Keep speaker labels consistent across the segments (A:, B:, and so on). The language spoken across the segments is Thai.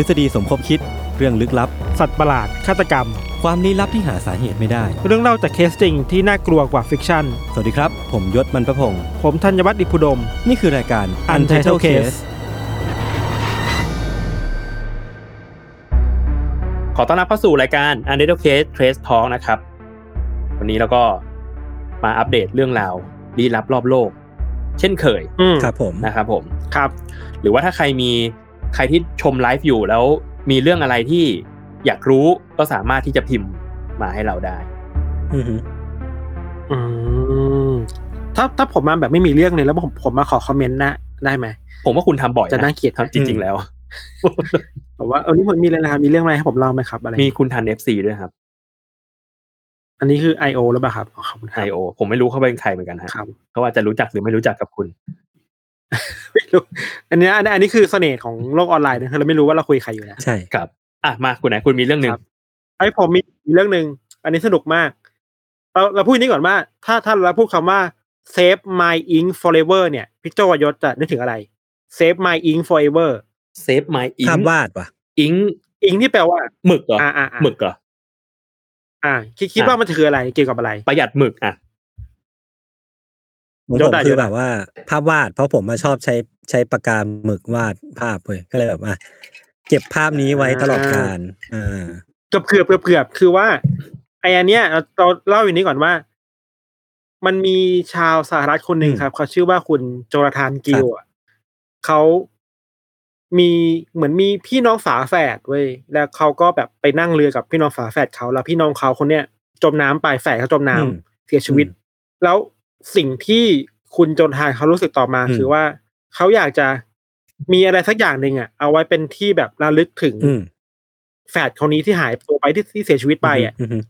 A: ทฤษฎีสมคบคิด เรื่องลึกลับ
B: สัตว์ประหลาด ฆาตกรรม
A: ความลี้ลับที่หาสาเหตุไม่ได้
B: เรื่องเล่าจากเคสจริงที่น่ากลัวกว่าฟิกชั่น
A: สวัสดีครับ ผมยศมันประพงศ์
B: ผมธัญวัฒน์อิพุดม
A: นี่คือรายการ Untitled Case
C: ขอต้อนรับเข้าสู่รายการ u n d e r t a l Case Trace Talk นะครับ วันนี้เราก็มาอัปเดตเรื่องราวลี้ลับรอบโลก เช่นเคย
B: อืม
A: ครับผม
C: นะครับผม
B: ครับ
C: หรือว่าถ้าใครมีใครที่ชมไลฟ์อยู่แล้วมีเรื่องอะไรที่อยากรู้ก็สามารถที่จะพิมพ์มาให้เราได้
A: อือหือ
B: อืมถ้าถ้าผมมาแบบไม่มีเรื่องเลยแล้วผมผมมาขอคอมเมนต์นะได้ไหม
C: ผมว่าคุณทำบ่อย
B: จะน่าเกลียด
C: ทำจริง ๆ แล้ว
B: บอกว่าเออนี่ผมมีอะไรนะครับมีเรื่องอะไรให้ผมเล่าไหมครับอะไร
C: มีคุณทัน FC ด้วยครับ
B: อันนี้คือ I.O. หรือเปล่าครับอ๋อขอบคุณครับ
C: IO ผมไม่รู้เขาเป็นใครเหมือนกันฮะ
B: ครับ
C: เขาอาจจะรู้จักหรือไม่รู้จักกับคุณ
B: ไม่รู้อันเนี้ยอันนี้อันนี้คือเสน่ห์ของโลกออนไลน์นะคือเราไม่รู้ว่าเราคุยใครอยู่นะ
A: ใช่
C: ครับ อ่ะมาคุณไหนคุณมีเรื่องหนึ่ง
B: ครับ ไอ้ผมมีเรื่องหนึ่งอันนี้สนุกมาก เราเราพูดอย่างนี้ก่อนว่า ถ้าถ้าเราพูดคำว่า save my ink forever เนี่ยพี่โจยศจะนึกถึงอะไร save my ink forever
C: เซฟไมอิง
A: ภาพวาดปะ
C: อิง
B: อิงที่แปลว่า
C: หมึกเหรอ
B: อ่าอ่าอ่า
C: หมึกเหรอ
B: อ่าคิดคิดว่ามันคืออะไรเกี่ยวกับอะไร
C: ประหยัดหมึกอ่ะ
A: ของ
B: ย
A: ผ
B: ศ
A: ม
B: ได้
A: คือ
B: ยศได้
A: แบบว่าภาพวาด เพราะผมมาชอบใช้ใช้ปากกาหมึกวาดภาพเว้ยก็เลยแบบว่าเก็บภาพนี้ไว้ตลอดกาลอ่า
B: เกือบเกือบเกือบเกือบคือว่าไออันเนี้ยเราเราเล่าอย่างนี้ก่อนว่า มันมีชาวสหรัฐคนหนึ่งครับ เขาชื่อว่าคุณโจนาธานกิลอะเขามีเหมือนมีพี่น้องฝาแฝดเว้ยแล้วเขาก็แบบไปนั่งเรือกับพี่น้องฝาแฝดเขาแล้วพี่น้องเขาคนเนี้ยจมน้ำไปแฝดเขาจมน้ำเสียชีวิต แล้วสิ่งที่คุณโจนทานเขารู้สึกต่อมาคือว่าเขาอยากจะมีอะไรสักอย่างหนึ่งอะเอาไว้เป็นที่แบบระลึกถึง
A: อืม
B: แฟดคนนี้ที่หายตัวไปที่ที่เสียชีวิตไปอ่ะ
A: อืม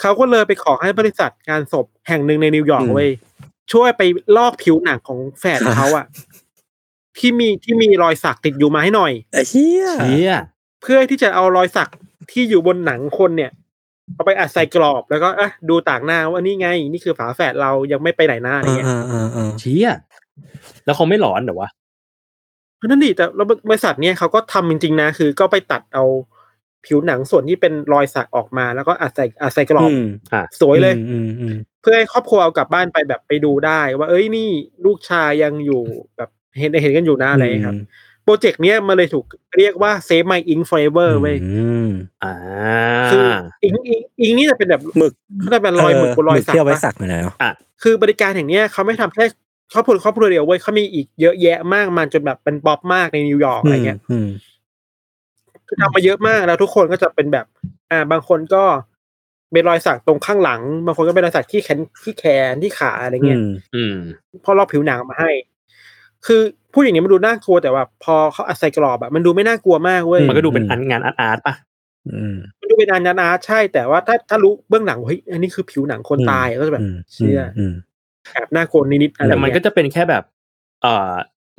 B: เขาก็เลยไปขอให้บริษัทงานศพแห่งหนึ่งในนิวยอร์ก
A: อืม
B: เว้ยช่วยไปลอกผิวหนังของแฟด
A: ครับ
B: เขาอ่ะ ที่มีที่มีรอยสักติดอยู่มาให้หน่อย
A: ไอ้เชี่ย
C: เชี่ย
B: เพื่อที่จะเอารอยสักที่อยู่บนหนังคนเนี่ยเอาไปอัดใส่กรอบแล้วก็เอ๊ะดูต่างหน้าว่านี่ไง นี่คือฝาแฝดเรายังไม่ไปไหนหน้าอะไร
A: อ่า
B: เงี้ย
A: อ่าอ่าอ่า
C: เชี่ยแล้วเขาไม่หลอนเหรอวะ
B: เพราะนั่นดิแต่แล้วบริษัทเนี่ยเขาก็ทำจริงๆนะคือ ก็ไปตัดเอาผิวหนังส่วนที่เป็นรอยสักออกมา แล้วก็อัดใส่อัดใส่กรอบ
A: อืม
B: สวยเลย
A: อืมอืม
B: เพื่อให้ครอบครัวเอากลับบ้านไปแบบไปดูได้ ว่าเอ้ยนี่ลูกชายยังอยู่แบบเห็นเห็นกันอยู่นะ
A: อะ
B: อะไรอย่างเงี้ยครับโปรเจกต์เนี้ยมันเลยถูกเรียกว่า Save My Ink Forever เว้ย
C: อ่า
B: คืออิงอิงอิงนี่จะเป็นแบบ
A: หมึก
B: เขาจะเป็นรอยหมึกบนรอยสัก
A: เที่ยวไว้
B: ปะ
A: สักหน่อยนะเนาะ
B: คือบริการแห่งเนี้ยเขาไม่ทำแค่ครอบครัวครอบครัวเดียวเว้ยเขามีอีกเยอะแยะมากมายจนแบบเป็นป๊อปมากในนิวยอร์กอะไรเงี้ย
A: อืม
B: คือทำมาเยอะมากแล้วทุกคนก็จะเป็นแบบ อ่า บางคนก็เป็นรอยสักตรงข้างหลัง บางคนก็เป็นรอยสักที่แขนที่แขนที่ขาอะไรเงี้ย
C: อืม
B: พ่อลอกผิวหนังมาให้ คือพูดอย่างนี้มันดูน่ากลัวแต่ว่า พอเขาอัดใส่กรอบอะมันดูไม่น่ากลัวมากเว้ย
A: อื
C: มันก็ดูเป็นอันงานอาร์ตอาร์ตป่ะ
A: อืม
B: มันดูเป็นอานนาใช่ แต่ว่าถ้าถ้ารู้เบื้องหลังว่าเฮ้ยอันนี้คือผิวหนังคนตายก็จะแบบ เชื่ออ
A: ม
B: แอบน่ากลัวนิดๆอะไร
C: แต่มันก็
B: เงี้ย
C: จะเป็นแค่แบบ เอ่อ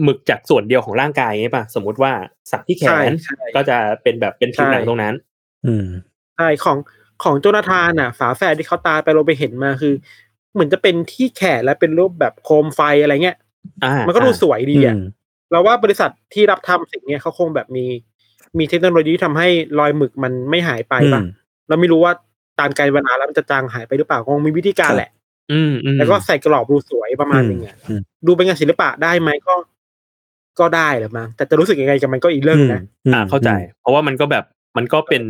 C: หมึกจากส่วนเดียวของร่างกายไงป่ะ สมมติว่าสักที่แข
B: ใช่
C: น
B: ใช่
C: ก็จะเป็นแบบเป็นผิวหนัง
B: ใช่
C: ตรงนั้น
A: อืม
B: ใช่ของของโจนาธานอ่ะ ฝาแฝดที่เขาตายไปเราไปเห็นมาคือ เหมือนจะเป็นที่แขนและเป็นรูปแบบโคมไฟอะไรเงี้ย
C: อ่า
B: มั
C: มัน
B: ก็ดูสวยดีอะเราว่าบริษัทที่รับทำสิ่งเนี้ยเขาคงแบบมี มีเทคโนโลยีที่ทำให้รอยหมึกมันไม่หายไปปะ เราไม่รู้ว่าตามกาลเวลาแล้วมันจะจางหายไปหรือเปล่าคงมีวิธีการ
A: ครับ
B: แหละ
C: อืมอืม
B: แล้วก็ใส่กรอบบลูสวยประมาณหนึงอ่ะ
A: อืม
B: ดูเป็นงานศิลปะได้ไหมก็ ก็ได้แหละมั้งแต่จะรู้สึกยังไงกับมันก็อีกเรื่องนะ
C: อ่าเข้าใจ เพราะว่ามันก็แบบมันก็เป็น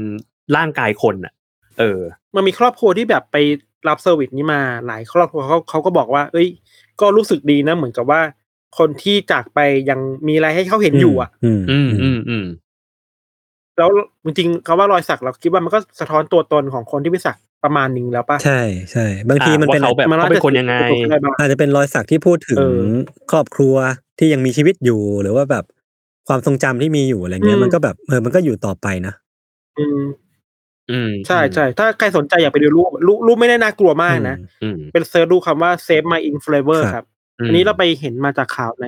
C: ร่างกายคนอ่ะ เออ
B: มันมีครอบครัวที่แบบไปรับเซอร์วิสนี้มาหลายครอบครัวเขาเขาก็บอกว่า เอ้ย ก็รู้สึกดีนะ เหมือนกับว่า คนที่จากไปยังมีอะไรให้เขาเห็นอยู่อ่ะ
A: ม
C: อืมอืมอืม
B: แล้วจริงๆคำว่ารอยสักเราคิดว่ามันก็สะท้อนตัวตนของคนที่ไปสักประมาณหนึ่งแล้วป่ะ
A: ใช่ใช่บางทีมัน
C: อ่ะ
A: เป็น
C: ว่าเขาแบบ
B: มัน
C: เขา
B: น่าจะ
C: เป็นคนยังไง
A: อาจจะเป็นรอยสักที่พูดถึง
B: เออ
A: ครอบครัวที่ยังมีชีวิตอยู่ หรือว่าแบบความทรงจำที่มีอยู่อะไรเงี้ย
B: อืม
A: มันก็แบบเออมันก็อยู่ต่อไปนะ
B: อืม
C: อืม
B: ใช่ใช่ถ้าใครสนใจอยากไปดูรูปรูปรูปไม่ได้น่ากลัวมากนะ
C: อืม
B: เป็นเซิร์ชดูคำว่า save my in flavor
A: ครับ
B: ครับ
C: ม
B: อันนี้เราไปเห็นมาจากข่าวใน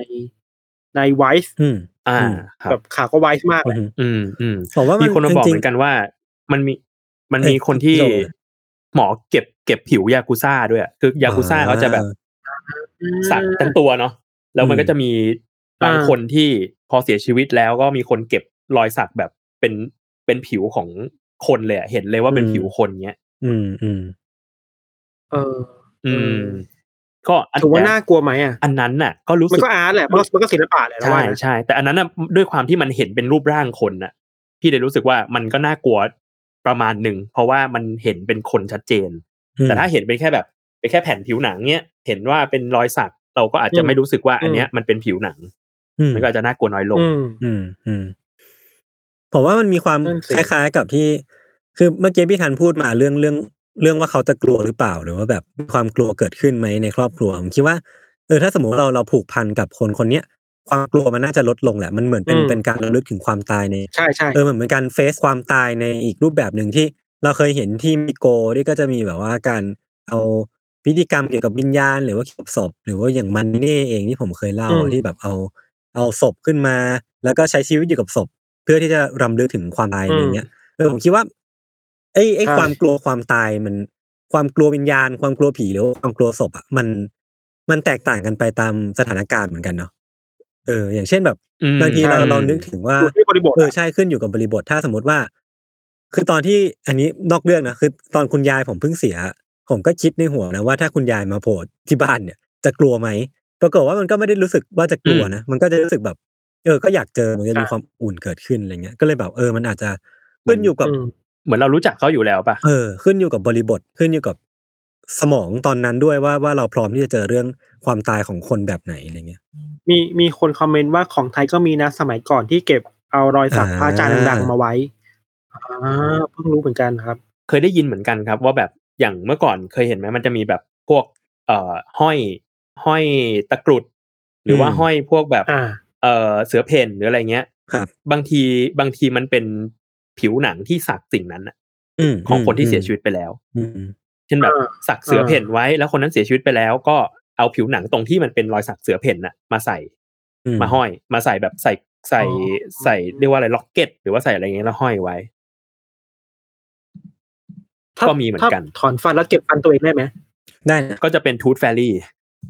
B: ในไวส์
A: อืม
C: อ่า
A: อืม
C: ครับ
B: แบบข่าวก็ไวส์มากแหละ
A: อืม
C: อืมอืม
A: ผมว่ามั
C: มี
A: น
C: คนมาบอก
A: จริงๆ
C: เหมือนกันว่า มันมีมัน
A: เอ้ย
C: มีคนที่
A: โจเลย
C: หมอเก็บเก็บผิวยากุซ่าด้วยอะคือยากุซ่า
A: อ่า
C: เขาจะแบบสักทั้งตัวเนาะแล้วมัน
A: อืม
C: ก็จะมีบางคนที่พอเสียชีวิตแล้วก็มีคนเก็บรอยสักแบบเป็นเป็นผิวของคนเลยอะเห็นเลยว่าเป็นผิวคนเนี้ย
A: อืมอืม
B: เออ
C: อื
B: อื
C: ม
B: ม
C: ก็อัน
B: ถือว่า
C: แต่
B: น่ากลัวไหมอ่ะ
C: อันนั้นน่ะ ก็รู้
B: มั
C: สึ
B: น
C: ก
B: ก็อาร์ตแหละ มันก็มันก็ศิลปะแหละเรา
C: ใช่
B: ว่านะ
C: ใช่ แต่อันนั้นนะด้วยความที่มันเห็นเป็นรูปร่างคนน่ะ พี่เลยรู้สึกว่ามันก็น่ากลัวประมาณหนึ่งเพราะว่ามันเห็นเป็นคนชัดเจน
A: อืม
C: แต่ถ้าเห็นเป็นแค่แบบเป็นแค่แผ่นผิวหนังเนี้ยเห็นว่าเป็นรอยสักเราก็อาจจะไม่รู้สึกว่าอันเนี้ยมันเป็นผิวหนัง
A: อืม
C: มันก็อาจจะน่ากลัวน้อยลง
B: อืม
A: อืมอืมผมว่ามันมีความ
B: นั่นสิ
A: คล้ายๆกับที่ คือเมื่อกี้พี่ทันพูดมาเรื่องเรื่อง เรื่องว่าเขาจะกลัวหรือเปล่าหรือว่าแบบมีความกลัวเกิดขึ้นไหมในครอบครัวผมคิดว่าเออถ้าสมมติเราเราผูกพันกับคนคนเนี้ยความกลัวมันน่าจะลดลงแหละมันเหมือนเป็น
B: อืม
A: เป็นการระลึกถึงความตายใน
B: ใช่ใช่
A: เออเหมือนเป็นการเฟซความตายในอีกรูปแบบหนึ่งที่เราเคยเห็นที่มิโกะที่ก็จะมีแบบว่าการเอาพิธีกรรมเกี่ยวกับวิญญาณ หรือว่าเกี่ยวกับศพ หรือว่าอย่างมันนี่เองที่ผมเคยเล่า
B: อืม
A: ที่แบบเอาเอาศพขึ้นมา แล้วก็ใช้ชีวิตอยู่กับศพ เพื่อที่จะรำลึกถึงความตายอะไรเงี้ยเออผมคิดว่าไอ้ไอ้
B: ใช่
A: ความกลัวความตายมัน ความกลัววิญญาณ ความกลัวผีหรือว่าความกลัวศพอ่ะมันมันแตกต่างกันไปตามสถานการณ์เหมือนกันเนาะเออ อย่างเช่นแบบ
C: อืม
A: บางทีเรา
C: ใช่
A: เรานึกถึงว่า
B: อยู่ที่บริบท
A: เออ
B: อะ
A: ใช่ขึ้นอยู่กับบริบทถ้าสมมติว่า คือตอนที่อันนี้นอกเรื่องนะคือตอนคุณยายผมเพิ่งเสีย ผมก็คิดในหัวนะว่าถ้าคุณยายมาโผล่ที่บ้านเนี่ย จะกลัวไหมปรากฏว่ามันก็ไม่ได้รู้สึกว่าจะกลัวนะมันก็จะรู้สึกแบบ เออ ก็อยากเจอมันจะมีความอุ่นเกิดขึ้นอะไรเงี้ยก็เลยแบบเออมันอาจจะขึ้นอยู่กับ
B: อืม
C: เหมือนเรารู้จักเขาอยู่แล้วป่ะ
A: เออขึ้นอยู่กับบริบทขึ้นอยู่กับสมองตอนนั้นด้วยว่าว่าเราพร้อมที่จะเจอเรื่องความตายของคนแบบไหนอะไรเงี้ย
B: มีมีคนคอมเมนต์ว่าของไทยก็มีนะสมัยก่อนที่เก็บเอารอยสัก
A: อ่า
B: พระอาจารย์ดังๆมาไว้อ่าเพิ่งรู้เหมือนกันครับ
C: เคยได้ยินเหมือนกันครับ ว่าแบบอย่างเมื่อก่อนเคยเห็นไหมมันจะมีแบบพวก เอ่อห้อยห้อยตะกรุด หรือว่า
A: อืม
C: ห้อยพวกแบบ
B: อ่า
C: เออเสือเพ่นหรืออะไรเงี้ย
A: ครับ
C: บางทีบางทีมันเป็นผิวหนังที่สักสิ่งนั้นน่ะ
A: ม
C: ของคนที่เสียชี
A: ม
C: วิตไปแล้ว
A: อืม
C: เช่นแบบ
B: อ่า
C: สักเสือเพ่นไว้ แล้วคนนั้นเสียชีวิตไปแล้ว ก็เอาผิวหนังตรงที่มันเป็นรอยสักเสือเพ่นน่ะมาใส่
A: อืม
C: มาห้อย มาใส่แบบใส่ใส่ใส่เรียกว่าอะไรล็อกเก็ต หรือว่าใส่อะไรเงี้ยแล้วห้อยไว้
B: ถ้า
C: ก็มีเหมือนกัน
B: ถ้าถอนฟันแล้วเก็บฟันตัวเองได้ไหม
A: ได้นะ
C: ก็จะเป็นทูตแฟรี่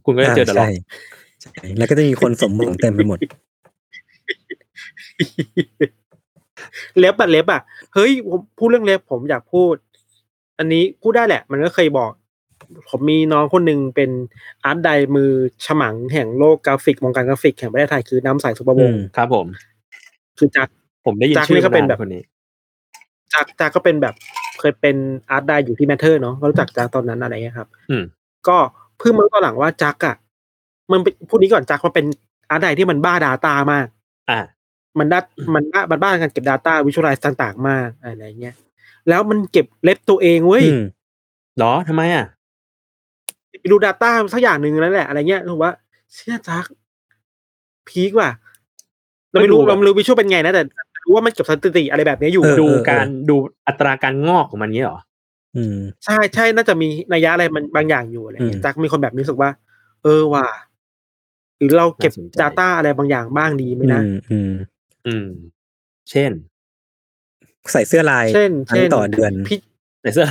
C: คุณก็จะเจอเดอะล็อก
A: ใช่ใช่แล้วก็จะมีคนสมหวังเต็มไปหมด
B: เล็บอะเล็บอะเฮ้ยผมพูดเรื่องเล็บผมอยากพูด อันนี้พูดได้แหละ มันก็เคยบอก ผมมีน้องคนหนึ่งเป็นอาร์ตไดร์มือฉมังแห่งโลกกราฟิกวงการกราฟิกแห่งประเทศไทยคือน้ำใสสุภวง
A: อืม
B: ศ์
C: ครับผม
B: คือจัก
C: ผมได้ยิน
B: จาก
C: ชื่
B: นี่
C: อ
B: ก็เป็น
C: มาา
B: แบบ
C: คนนี้
B: จักจักก็เป็นแบบเคยเป็นอาร์ตไดร์อยู่ที่แมทเทอร์เนาะก็รู้จักจักตอนนั้นอะไรเงี้ยครับ
C: อืม
B: ก็เพิ่งมารู้ตอนหลังว่าจักอะมันเป็นพูดนี้ก่อนจักมันเป็นอาร์ตไดร์ที่มันบ้าดาตามาก
C: อ่ะ
B: มันด้ามันด้ามันบ้านการเก็บ Data วิชวลไลซ์ต่างๆ มากอะไรเงี้ย แล้วมันเก็บเล็บตัวเองเว้ย
A: อืม
C: เหรอทำไมอ่ะ
B: ไปดู Data สักอย่างหนึ่งนั่นแหละอะไรเงี้ยรู้ว่าเชื่อจักพีกว่ะเราไม่รู้
C: มันดูแบบ
B: เราไม่รู้วิชวลเป็นไงนะแต่แต่รู้ว่ามันเก็บสถิติอะไรแบบเนี้ยอยู่
A: เออ
C: ดูการดูอัตราการงอกของมันนี้เหรอ
A: อืม
B: ใช่ใช่น่าจะมีนัยยะอะไรมันบางอย่างอยู่อะไรเงี้ย
A: อืม
B: จักมีคนแบบนี้รู้สึกว่า เออว่ะหรือเราเก็บ
C: น่าสนใจ
B: Data อะไรบางอย่างบ้างดีไหม
A: อื
B: นะ
A: มอืม
C: อืม เช่น
A: ใส่เสื้อลาย
B: เช่น
A: ครั้ง
B: เช่น
A: ต่อเดือน
B: พี่
C: ใส่เสื้อ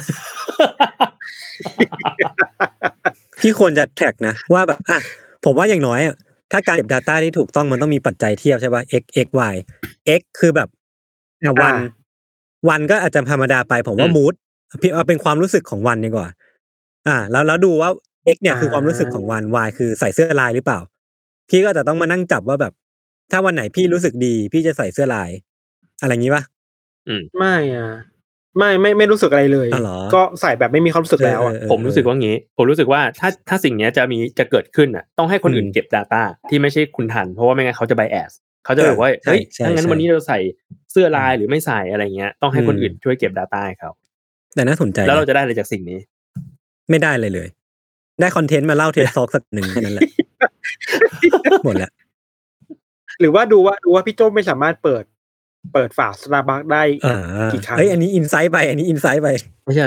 A: พี่ควรจะแท็กนะ ว่าแบบอ่ะผมว่าอย่างน้อยอะถ้าการเก็บ Data ที่ถูกต้องมันต้องมีปัจจัยเทียบใช่ป่ะ x x y x คือแบบอ่ะวัน
B: อ่า
A: วันก็อาจจะธรรมดาไป ผมว่า
C: อืม
A: มูดพี่เอาเป็นความรู้สึกของวันดีกว่า อ่า แล้วแล้วดูว่า X เนี่ยคือความรู้สึกของวัน Y คือใส่เสื้อลายหรือเปล่า พี่ก็จะต้องมานั่งจับว่าแบบ ถ้าวันไหนพี่รู้สึกดี พี่จะใส่เสื้อลาย อะไรอย่างงี้ปะ
B: ไม่อ่ะไม่ไม่ไม่รู้สึกอะไรเลย
A: อ๋อเหรอ
B: ก็ใส่แบบไม่มีความรู้สึกแล้วอ่ะ
A: เออเออเออ
C: ผมรู้สึกว่างี้ ผมรู้สึกว่าถ้าถ้าสิ่งเนี้ยจะมีจะเกิดขึ้นอ่ะต้องให้คนอื่น
A: อืม
C: เก็บ Data ที่ไม่ใช่คุณทัน เพราะว่าไม่งั้นเขาจะ bias เขาจะแบบว่า
A: เออใช่
C: เฮ้ย
A: ใช่
C: ถ้างั้น
A: ใช่
C: วันนี้เราใส่เสื้อลายหรือไม่ใส่อะไรเงี้ยต้องให้คน
A: อืม
C: อื่นช่วยเก็บ Data ให้เขา
A: แต่น่าสนใจ
C: แล้วเรา
A: นะ
C: จะได้อะไรจากสิ่งนี้
A: ไม่ได้เลยเลย ได้คอนเทนต์มาเล่าเทสซอกสักหนึ่งแค่นั้น แหละ หมดแล้ว
B: หรือว่าดูว่าดูว่าพี่โจ้ไม่สามารถเปิด เปิดฝาสตาร์บัคได้
A: อ่า
B: กี่ครั้ง
A: เฮ้ยอันนี้อินไซต์ไปอันนี้อินไซต์ไป
C: ไม่ใช่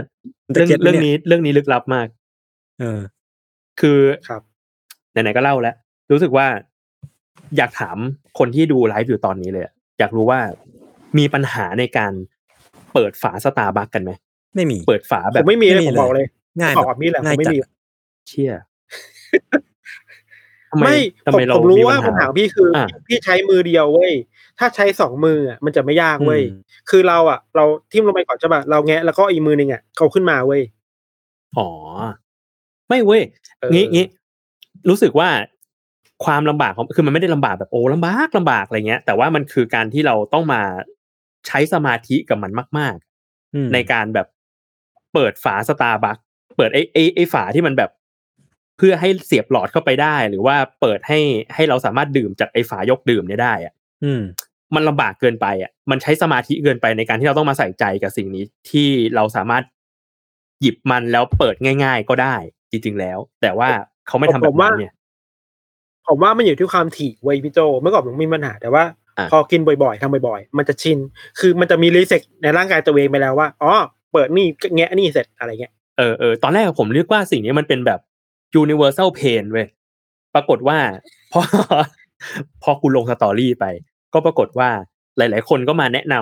A: มันจะ
C: เรื่อง
A: เก็ตไหม
C: เรื่อง
A: เนี่ย
C: นี้เรื่องนี้ลึกลับมาก
A: เออ
C: คือ
B: ครับ
C: ไหนๆก็เล่าแล้ว รู้สึกว่าอยากถามคนที่ดูไลฟ์อยู่ตอนนี้เลยอะอยากรู้ว่ามีปัญหาในการเปิดฝาสตาร์บัคกันไหม
A: ไม่มี
C: เปิดฝาแบ
B: ผ
C: บ
B: มไม่มีเลย
A: ไม่มี
B: ผมบอก
A: เล
B: เลย ย
A: ง่าย
B: ขอแบบนี้แหละ
A: ง่าย
B: ผมไม่
A: จัด
B: มี
C: เชี่ยทำไม
B: ไม่
C: ทำ
B: ผม
C: ไมเรา
B: ผมรู้ว่า
C: ปั
B: ปัญ
C: ญห
B: หาของพี่คืออา พี่ใช้มือเดียวเว้ยถ้าใช้สองมืออ่ะมันจะไม่ยากเว้ย
A: อืม
B: คือเราอ่ะ เราทิ่มลงไปก่อนใช่ป่ะเราแงะแล้วก็อีกมือหนึ่งอ่ะเขาขึ้นมาเว้ย
C: อ๋อ ไม่เว้ย
B: เออ
C: งี้งี้รู้สึกว่าความลำบากของคือมันไม่ได้ลำบากแบบโอ้ลำบากลำบากอะไรเงี้ย แต่ว่ามันคือการที่เราต้องมาใช้สมาธิกับมันมาก
A: อืม
C: ๆ ในการแบบเปิดฝาสตาร์บัคเปิดไอ้ไอ้ไอ้ฝาที่มันแบบ เพื่อให้เสียบหลอดเข้าไปได้ หรือว่าเปิดให้ให้เราสามารถดื่มจากไอ้ฝายกดื่มเนี่ยได้อะ
A: อืม
C: มันลำบากเกินไปอ่ะมันใช้สมาธิเกินไปในการที่เราต้องมาใส่ใจกับสิ่งนี้ที่เราสามารถหยิบมันแล้วเปิดง่าย ๆ ก็ได้ จริง ๆ แล้ว แต่ว่าเขาไม่ทำแบ
B: ผ
C: บ
B: มว่า
C: นั้นเนี่ย
B: ผมว่ามันอยู่ที่ความถี่เว้ยพี่โจเมื่อก่อนผมมีปัญหาแต่ว่า
C: อ่ะ
B: พอกินบ่อยๆทำบ่อยๆ มันจะชิน คือมันจะมีรีเซ็ตในร่างกายตัวเองไปแล้วว่าอ๋อเปิดนี่แงะนี่เสร็จอะไรเงี้ย
C: เออเออตอนแรกผมเรียกว่าสิ่งนี้มันเป็นแบบ universal pain เว้ยปรากฏว่า พอ พอคุณลงสตอรี่ไป ก็ปรากฏว่าหลาย ๆ คนก็มาแนะนำ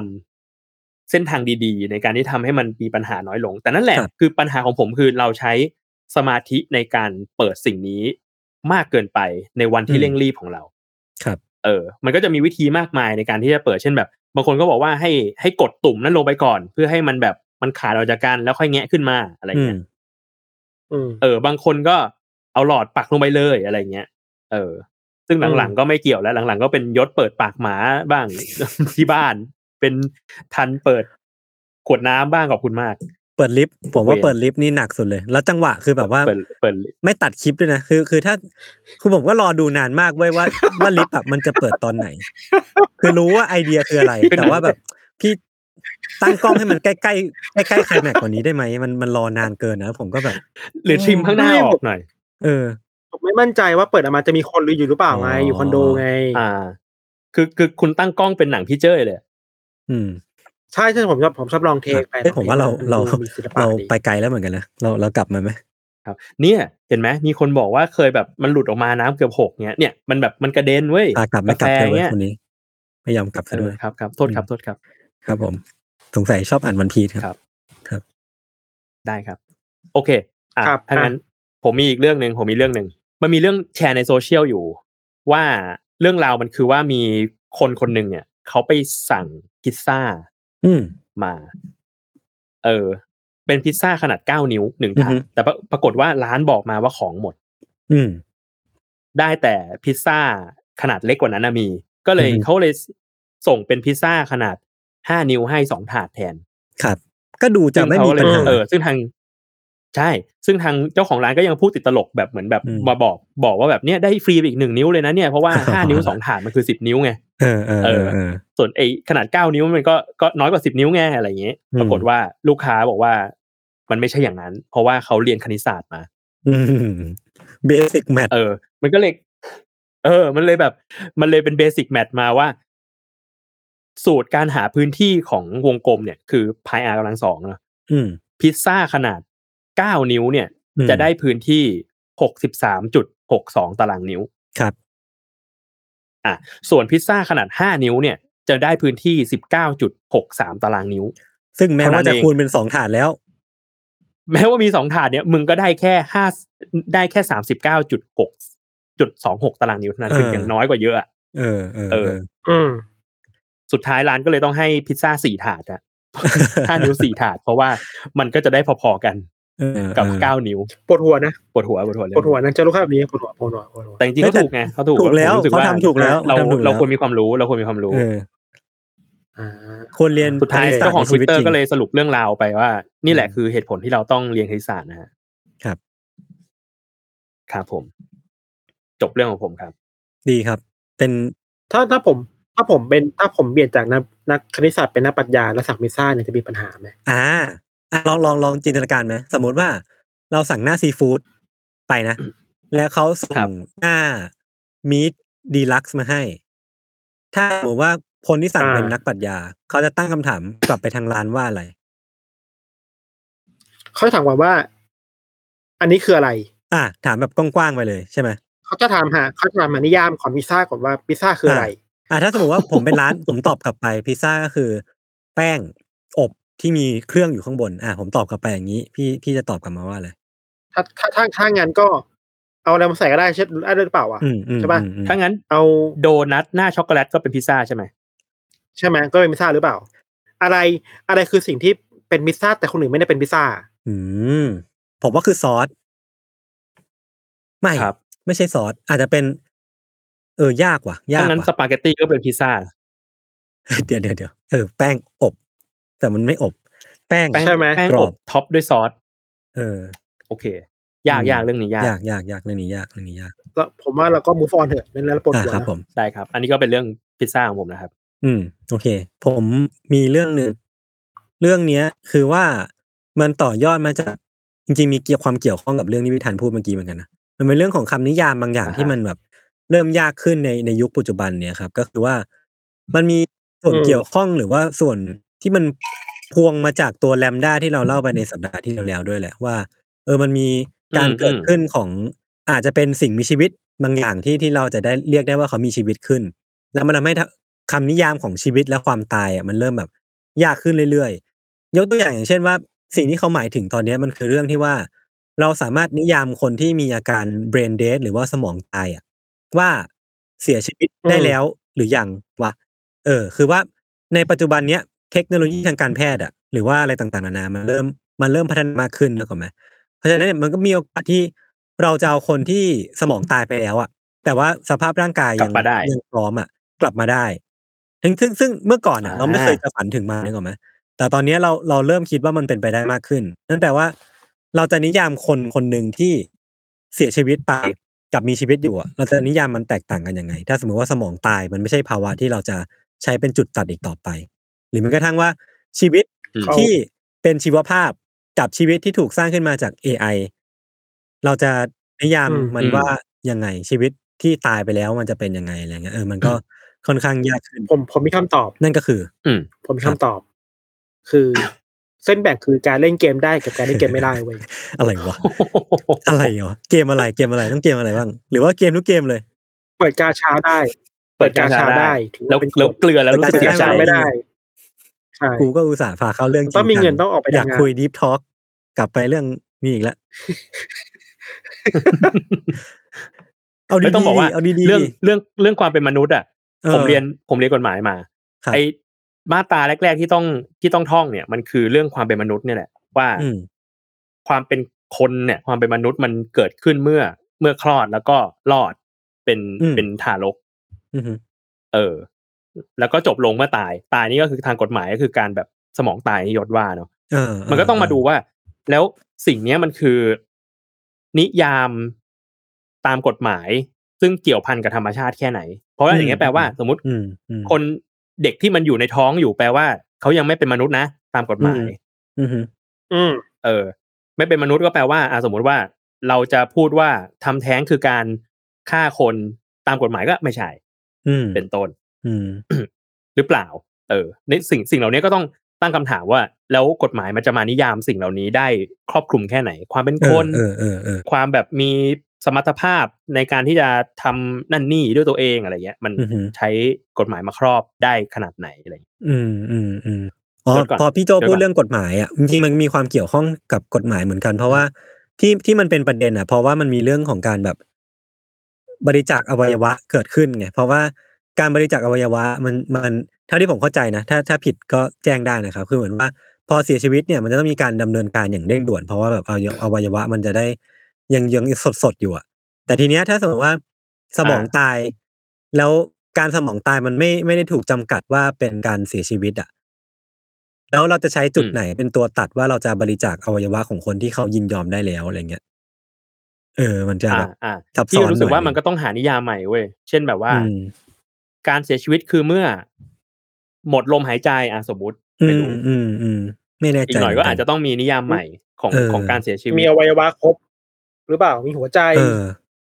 C: เส้นทางดี ๆ ในการที่ทำให้มันมีปัญหาน้อยลง แต่นั่นแหละ
A: ครับ
C: คือปัญหาของผมคือเราใช้สมาธิในการเปิดสิ่งนี้มากเกินไปในวันที่เร่งรีบของเรา
A: ครับ
C: เออ มันก็จะมีวิธีมากมายในการที่จะเปิดเช่นแบบ บางคนก็บอกว่าให้ให้กดตุ่มนั้นลงไปก่อน เพื่อให้มันแบบมันขาดออกจากกันแล้วค่อยแงะขึ้นมาอะไร
A: อื
C: เงี้
A: ม
C: ย
B: อืม
C: เออบางคนก็เอาหลอดปักลงไปเลยอะไรเงี้ย เออ ซึ่งหลัง
B: อืม
C: ๆก็ไม่เกี่ยวแล้ว หลังๆก็เป็นยศเปิดปากหมาบ้าง ที่บ้าน เป็นทันเปิดขวดน้ำบ้างขอบคุณมาก
A: เปิดลิฟต์ผมว่า
C: เวร
A: เปิดลิฟต์นี่หนักสุดเลย แล้วจังหวะคือแบบว่า
C: เปิดเปิด
A: ไม่ตัดคลิปด้วยนะคือคือถ้าคือผมก็รอดูนานมากเว้ย ว่า ว่าลิฟต์อะมันจะเปิดตอนไหน คือรู้ว่าไอเดีย คืออะไร
C: เป็นหนั
A: แต่
C: ง
A: ว่าแบบพี่ตั้งกล้องให้มันใกล้ใกล้ใกล้ใกล้ใครแม็กกว่านี้ได้ไหมมันมันรอนานเกินนะผมก็แบบ
C: หรือทริมข้างหน้า
B: ไม่
C: ออกหน่อย
A: เออ
B: ผมไม่มั่นใจว่าเปิดออกมาจะมีคนหรืออยู่หรือเปล่าไง
A: อ๋ออ
B: อยู่คอนโดไง
C: อ่า คือคือคุณตั้งกล้องเป็นหนังพี่เจ้ยเลย
A: อืม
B: ใช่ใช่ผมชอบผมชอบลองเทคไป
A: เอ้ยผมว่าเราเรา
B: ดูศิลปะ
A: เรา
B: ดี
A: ไปไกลแล้วเหมือนกันนะเราเรากลับมาไหม
C: ครับ เนี่ย เห็นไหมมีคนบอกว่าเคยแบบมันหลุดออกมาน้ำเกือบหกเนี้ยเนี่ยมันแบบมันกระเด็นเว้ย
A: อ่ะกลับไม่กลับ
C: าแฟ
A: เธอเว้ย
C: เนี้ย
A: คนนี้ไม่ยอมกลับ
C: เอ
A: ซะด้
C: อ
A: วย
C: ครับครับโทษครับโทษครับ
A: ครับผมสงสัยชอบอ่านวันพีชครับ
C: ได้ครับ โอเค อ่ะ
B: ครับ
C: ถ้างั้น
B: อ่ะ
C: ผมมีอีกเรื่องหนึ่งผมมีเรื่องหนึ่งมันมีเรื่องแชร์ในโซเชียลอยู่ ว่าเรื่องราวมันคือว่ามีคนคนหนึ่งเนี่ยเขาไปสั่งพิซซ่า
A: อืม
C: มา เออ เป็นพิซซ่าขนาดเก้านิ้วหนึ่งถา
A: อื
C: ด
A: อฮึ
C: แต่ปราปรากฏว่าร้านบอกมาว่าของหมด
A: อืม
C: ได้แต่พิซซ่าขนาดเล็กกว่านั้นนะมี ก็เลย
A: อือฮึ
C: เขาเลยส่งเป็นพิซซ่าขนาดห้านิ้วให้สองถาดแทน
A: ครับ ก็ดูจะ
C: ซึ่ง
A: ไม่
C: เขา
A: มี
C: เล
A: ปั
C: ย
A: ญหา
C: เออ ซึ่งทาง ใช่ ซึ่งทางเจ้าของร้านก็ยังพูดติดตลกแบบเหมือนแบบ
A: อืม
C: มาบอกบอกว่าแบบเนี้ยได้ฟรีไปอีกหนึ่งนิ้วเลยนะเนี่ย เพราะว่า ห้านิ้วสองถาดมันคือสิบนิ้วไง
A: เออเออเออเออ
C: ส่วนไอ้ขนาดเก้านิ้วมันก็ก็น้อยกว่าสิบนิ้วไงอะไรอย่างเงี้ย
A: อืม
C: ปรากฏว่าลูกค้าบอกว่ามันไม่ใช่อย่างนั้น เพราะว่าเขาเรียนคณิตศาสตร์มา
A: เบสิกแมท
C: เออ มันก็เลย เออ มันเลยแบบ มันเลยเป็นเบสิกแมทมาว่า สูตรการหาพื้นที่ของวงกลมเนี่ย คือพายอากำลังสองเนาะ
A: อืม
C: พิซซ่าขนาด 9 นิ้วเนี่ย
A: อืม
C: จะได้พื้นที่ 63.62 ตารางนิ้ว
A: ครับ
C: อ่ะ ส่วนพิซซ่าขนาด 5 นิ้วเนี่ย จะได้พื้นที่ 19.63 ตารางนิ้ว
A: ซึ่งแม้ว่าจะ
C: เท่านั้นเอง
A: คูณเป็นสองถาดแล้ว
C: แม้ว่ามี 2 ถาดเนี่ย มึงก็ได้แค่5ได้แค่ 39.6 26 ตารางนิ้วเท่านั้น
A: เออ
C: คือยังน้อยกว่าเยอะอะ
A: เออเออ
C: เอ
A: เอ
C: อ
A: อ
B: อืม
C: สุดท้ายร้านก็เลยต้องให้พิซซ่า 4 ถาดอะ 5 นิ้ว 4 ถาด เพราะว่ามันก็จะได้พอๆกัน
A: เออ
C: กับ
A: เออ
C: เก้านิ้ว
B: ปวดหัวนะ
C: ปวดหัวปวดหัวเลย
B: ปวดหัวนะจะรู้ภาพนี้ปวดหัวปวดหัวปวดหัว
C: แต่จริงๆ
A: เฮ้
C: เขา
A: ยแต่
C: ถูกไงเขาถูก
A: ถูกแล้ว
C: ผมรู้สึ
A: เขาทำถูกแล้ว
C: เรา
A: เขาทำถูกแล้ว
C: เราควรมีความรู้เราควรมีความรู้
A: เออ
B: อ่า
A: ควรเรียน
C: สุดท้า
A: ค
C: ย
A: ณิตศสต
C: เจ้าของ
A: ใน
C: ทวิ
A: ชี
C: ตเตอ
A: จ
C: ร์
A: ง
C: ก็เลยสรุปเรื่องราวไปว่า นี่แหละคือเหตุผลที่เราต้องเรียนคณิตศาสตร์นะฮะ
A: ครับ
C: ครับผม จบเรื่องของผมครับ
A: ดีครับ เป็น
B: ถ้าถ้าผมถ้าผมเป็นถ้าผมเปลี่ยนจากนักนักคณิตศาสตร์เป็นนักปรัชญาและสักมิซ่าเนี่ยจะมีปัญหาไหม
A: อ่าอ่ะลองลองลองจินตนาการไหมสมมติว่าเราสั่งหน้าซีฟู้ดไปนะ แล้วเขาส่
C: ครั
A: ง
C: บ
A: หน้ามีดดีลักซ์มาให้ ถ้าสมมติว่าคนที่สั่งเป็นนักปรัชญาเขาจะตั้งคำถามกลับไปทางร้านว่าอะไร
B: เขาจะถามว่าว่า อันนี้คืออะไร
A: อ่ะถามแบบกว้างๆไปเลยใช่ไหม
B: เขาจะถามหาเขาจะถามหานิยามของพิซซ่าก่อนว่าพิซซ่าคืออะไร
A: อ่ะถ้าสมมติว่าผมเป็นร้าน ผมตอบกลับไปพิซซ่าก็คือ แป้งอบที่มีเครื่องอยู่ข้างบน อ่ะผมตอบกลับไปอย่างนี้ พี่พี่จะตอบกลับมาว่าอะไร
B: ถ้าถ้าถ้าถ้างานก็เอาอะไรมาใส่ก็ได้เช่นได้หรือเปล่าอ่ะ
A: อืมอืม
B: ใช่ปะ
A: อืมอืม
C: ถ้างั้น
B: เอา
C: โดนัทหน้าช็อกโกแลตก็เป็นพิซซ่าใช่ไหม
B: ใช่ไหมก็เป็นพิซซ่าหรือเปล่า อะไรอะไรคือสิ่งที่เป็นพิซซ่าแต่คนอื่นไม่ได้เป็นพิซซ่า
A: อืมผมว่าคือซอสไม่
C: ครับ
A: ไม่ใช่ซอสอาจจะเป็น เออยากว่ะ ยา
C: ถ้าก งั้นส
A: ว่ะ
C: ปาเกตตี้ก็เป็นพิซซ่า
A: เดี๋ยวเดี๋ยวเดี๋ยวเออแป้งอบ แต่มันไม่อบ แป้ง
C: แป้ง
B: ใช่ไหม
C: แป้ง
A: กร
C: อ
A: อ
C: บบ ท็อปด้วยซอส
A: เออ
C: โอเค ยาก
A: อืม
C: ยากเรื่องนี้ยาก
A: ยากยากยากเรื่องนี้ยากเรื่องนี้ยาก
B: แล้วผมว่าเราก็มูฟออนเถอะนั่นแล้วปวด
A: อ่ะ
B: หัว
A: ครับ
B: นะ
A: ผม
C: ได้ครับ อันนี้ก็เป็นเรื่องพิซซ่าของผมนะครับ
A: อืมโอเค ผมมีเรื่องหนึ่งเรื่องเนี้ย คือว่ามันต่อยอดมาจากจริงๆมีเกี่ยวความเกี่ยวข้องกับเรื่องที่พิธันพูดเมื่อกี้เหมือนกันนะมันเป็นเรื่องของคำนิยามบางอย่าง
C: อ่าฮะ
A: ที่มันแบบ เริ่มยากขึ้นในในยุคปัจจุบันเนี่ยครับ ก็คือว่ามันมีส่วนเกี่ยวข้องหรือว่าส่วนที่มันพวงมาจากตัวแลมด้าที่เราเล่าไปในสัปดาห์ที่แล้วๆด้วยแหละว่า เออมันมีการ
C: อืม
A: เกิด
C: อืม
A: ขึ้นของอาจจะเป็นสิ่งมีชีวิตบางอย่างที่ที่เราจะได้เรียกได้ว่าเขามีชีวิตขึ้น แล้วมันทำให้ทะคำนิยามของชีวิตและความตายอ่ะมันเริ่มแบบยากขึ้นเรื่อยๆ ยกตัวอย่างอย่างเช่นว่า สิ่งที่เขาหมายถึงตอนเนี้ยมันคือเรื่องที่ว่า เราสามารถนิยามคนที่มีอาการ brain dead หรือว่าสมองตายอ่ะว่าเสียชีวิตได้แล้วหรือยังวะเออ คือว่าในปัจจุบันเนี้ยเทคโนโลยีทางการแพทย์อ่ะหรือว่าอะไรต่างๆนานามันเริ่มมันเริ่มพัฒนามากขึ้นแล้วก็ไหม เพราะฉะนั้นเนี่ยมันก็มีโอกาสที่เราจะเอาคนที่สมองตายไปแล้วอะแต่ว่าสภาพร่างกาย
C: กลั
A: ยั
C: บมาได้
A: ยังพร้อมอะกลับมาได้ถึงซึ่งซึ่งเมื่อก่อนอะ
C: อ่า
A: เราไม่เคยจะฝันถึงมาเนกออกไหมแต่ตอนเนี้ยเราเราเริ่มคิดว่ามันเป็นไปได้มากขึ้น นั่นแปลว่า เราจะนิยามคนคนหนึ่งที่เสียชีวิตไปกับมีชีวิตอยู่อะเราจะนิยามมันแตกต่างกันยังไง ถ้าสมมติว่าสมองตายมันไม่ใช่ภาวะที่เราจะใช้เป็นจุดตัดอีกต่อไป หรือแม้กระทั่งว่าชีวิต
C: อืม
A: ที่เป็นชีวภาพกับชีวิตที่ถูกสร้างขึ้นมาจาก AI เราจะนิยาม
B: อืม
A: มัน
C: อืม
A: ว่ายังไงชีวิตที่ตายไปแล้วมันจะเป็นยังไงอะไรเงี้ยเออมันก็ค่อนข้างยากขึ้น
B: ผมผมมีคำตอบ
A: นั่นก็คือ
B: ผมมีคำตอบ คือเส้นแบ่งคือการเล่นเกมได้กับการเล่นเกมไม่ได้เว้ย
A: อะไรวะ อะไรเหรอเกมอะไรเกมอะไรต้องเกมอะไรบ้างหรือว่าเกมทุกเกมเลย
B: เปิดกาชาได้
C: เปิดกาชาได้
B: ถือ
C: แล้ว
B: ว่าเป็นก
C: แล้ว
B: ฎ
C: เกลือแล้วรู้สึก
B: เปิด
C: เสีย
B: กา
C: ใจ
B: ชา
A: ด้
B: ไม่ได้ใช่
A: กูก็อุตส่าห์พาเข้าเรื่องจริ
B: ต้องมีเงินต้องออกไป
A: อยาก
B: ทำงาน
A: คุยดีฟทอ a l กกลับไปเรื่องนี่อีกแล้วเอาดี
C: ไม่
A: ๆ
C: ต้องบอกว่า
A: เอาดีๆ
C: เรื่องเรื่องเรื่องความเป็นมนุษย์อ่ะ
A: ออ
C: ผมเรียนผมเรียนกฎหมายมา
A: ครับ
C: ไอมาตราแรก ๆ ที่ต้องที่ต้องท่องเนี่ย มันคือเรื่องความเป็นมนุษย์เนี่ยแหละว่า
A: อืม
C: ความเป็นคนเนี่ย ความเป็นมนุษย์มันเกิดขึ้นเมื่อเมื่อคลอดแล้วก็รอดเป็น
A: อืม
C: เป็นทารก
A: อือฮึ
C: เออ แล้วก็จบลงเมื่อตาย ตายนี่ก็คือทางกฎหมายก็คือการแบบสมองตายนิยศว่าเนาะ
A: เออ
C: มันก็ต้องมาดูว่า แล้วสิ่งเนี้ยมันคือ นิยามตามกฎหมาย ซึ่งเกี่ยวพันกับธรรมชาติแค่ไหน เพราะว่าอย่างเงี้ยแปลว่า สมมติ
A: อืมอืม
C: คนเด็กที่มันอยู่ในท้องอยู่แปลว่าเขายังไม่เป็นมนุษย์นะ ตามกฎหมาย
A: อืม อือฮึ
B: อืม
C: เออ ไม่เป็นมนุษย์ก็แปลว่าอ่ะสมมติว่า เราจะพูดว่าทำแท้งคือการฆ่าคนตามกฎหมายก็ไม่ใช่
A: อืม
C: เป็นต้น
A: อืม
C: หรือเปล่า เออ ในสิ่งสิ่งเหล่านี้ก็ต้องตั้งคำถามว่า แล้วกฎหมายมันจะมานิยามสิ่งเหล่านี้ได้ครอบคลุมแค่ไหน ความเป็นคน
A: เออเออเออ
C: ความแบบมีสมรรถภาพในการที่จะทำนั่นนี่ด้วยตัวเองอะไรเงี้ย มัน
A: อือหือ
C: ใช้กฎหมายมาครอบได้ขนาดไหนอะไรเงี้ย
A: อืมอืมอืมอ๋อ
C: เดี๋ยวก่อน
A: พอพี่โจ
C: เดี๋ยวก่
A: พู
C: อ
A: ด
C: น
A: เรื่องกฎหมายอ่ะจริงๆมันมีความเกี่ยวข้องกับกฎหมายเหมือนกัน เพราะว่าที่ที่มันเป็นประเด็นอ่ะ เพราะว่ามันมีเรื่องของการแบบ บริจาคอวัยวะเกิดขึ้นไงเพราะว่าการบริจาคอวัยวะมันมันเท่าที่ผมเข้าใจนะถ้าถ้าผิดก็แจ้งได้นะครับ คือเหมือนว่า พอเสียชีวิตเนี่ยมันจะต้องมีการดำเนินการอย่างเร่งด่วน เพราะว่าแบบเอาอวัยวะมันจะได้ยังยังสดสดๆอยู่อะแต่ทีเนี้ยถ้าสมมติว่าสมองตาย แล้วการสมองตายมันไม่ไม่ได้ถูกจำกัดว่าเป็นการเสียชีวิตอะแล้วเราจะใช้จุด
C: อืม
A: ไหนเป็นตัวตัดว่าเราจะบริจาคอวัยวะของคนที่เขายินยอมได้แล้วอะไรเงี้ยเออ มันจะ
C: อ่า
A: แบบ
C: อ่า
A: ซับซ้
C: ที่
A: อน
C: รู้สึก
A: ห
C: ว่า
A: น่อย
C: มันก็ต้องหานิยามใหม่เว้ยเช่นแบบว่า
A: อืม
C: การเสียชีวิตคือเมื่อ หมดลมหายใจอ่ะสมมติ
A: อื
C: ไม่
A: ม
C: รู้
A: อืมอืมไม่แน่
C: อี
A: ใจ
C: กหน่อยก็อาจจะต้องมีนิยามใหม่ของ
A: เออ
C: ของการเสียชีวิ
B: มี
C: ต
B: อวัยวะครบ หรือเปล่ามีหัวใจ
A: เออ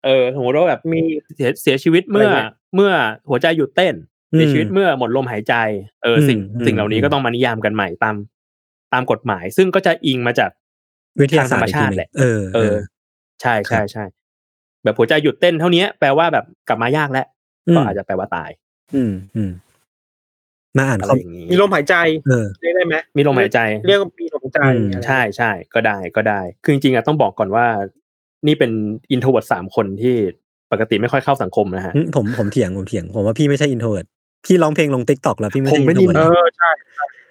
C: เออสมมติว่าแบบ
B: มี
C: เสียเสียชีวิตเมื่อ
B: อะไรเนี่ย
C: เมื่อหัวใจหยุดเต้น เสียชีวิตเมื่อหมดลมหายใจ เอออ
A: ม
C: สิ่ง
A: อืม
C: สิ่งเหล่านี้
A: อืม
C: ก็ต้องมานิยามกันใหม่ตาม ตามกฎหมาย ซึ่งก็จะอิงมาจาก
A: วิทยาศาสตร์อีก
C: ทางธรรมชา
A: ทีห
C: ติ
A: นึ่ง
C: แหละ
A: เออ
C: เอ
A: เอ
C: อ
A: อ
C: ใช่
A: ครั
C: ใช่
A: บ
C: ใช่แบบหัวใจหยุดเต้นเท่านี้แปลว่าแบบกลับมายากแล้ว
A: อืม
C: ก็อาจจะแปลว่าตาย
A: อืมอืมมาอ่าน
C: อะไร
A: ข้อ
C: อย่างนี้
B: มีลมหายใจ
A: เออ
B: เรียกได้ไหม
C: มีลมหายใจ
B: เรียกว่ามีลมหายใจ
A: อืม
B: อะไร
C: ใช่ใช่ก็ได้ก็ได้ คือจริงๆอ่ะต้องบอกก่อนว่า นี่เป็นอินโทรเวิร์ดสามคนที่ปกติไม่ค่อยเข้าสังคมนะฮะ
A: อืมผมผมเถียงผมเถียงผมว่าพี่ไม่ใช่อินโทรเวิร์ดพี่ร้องเพลงลงติ๊กต็อกแล้วพี่ไม่
C: ผมไม่
A: ใช่
C: ได้
A: อินโทร
B: เอ
A: เวิร์ด
B: อใช่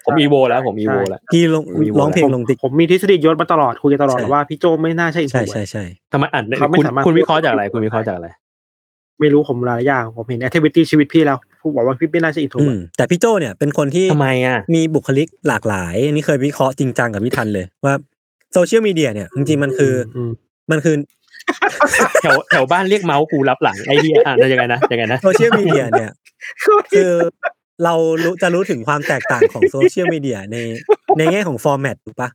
C: ผมอีโวแล้วผมอีโวแล้ว
A: พี่ลง
C: ผมมีวง
A: ร้องเพลงลงติ๊ก
B: ผมมีทฤษฎียศมาตลอดคุยกันตลอด
A: ใช่
B: ว่าพี่โจไม่น่าใช่อินโทร
A: ใช่
B: เวิร์ต
A: ใช่ใช่
C: ทำไมอ่าน
B: เขาไม่
C: คุณ
B: สามารถ
C: คุณวิเคราะห์จากอะไรคุณวิเคราะห์จากอะไร
B: ไม่รู้ผมหลายอย่างผมเห็นแอคทิวิตี้ชีวิตพี่แล้วผมบอกว่าพี่ไม่น่าใช่อินโทร
A: อื
B: เวิร์
A: ม
B: ต
A: แต่พี่โจเนี่ยเป็นคนที่
C: ทำไมอ่ะ
A: มีบุคลิกหลากหลายอันนี้เคยวิเคราะห์จริงจังกับพี่ทันเลยว่าโซเชียลมีเดียเนี่ยจริงๆมันคือ
B: ม
A: มันคือ
C: แถวแถวบ้านเรียกเมาส์กูรับหลังไอ้เหี้ยอ่านได้ยังไงนะยังไงนะ
A: โซเชียลมีเดียเนี่ย คือเรารู้จะรู้ถึงความแตกต่างของโซเชียลมีเดียในในแง่ของฟอร์แมตถูกปะ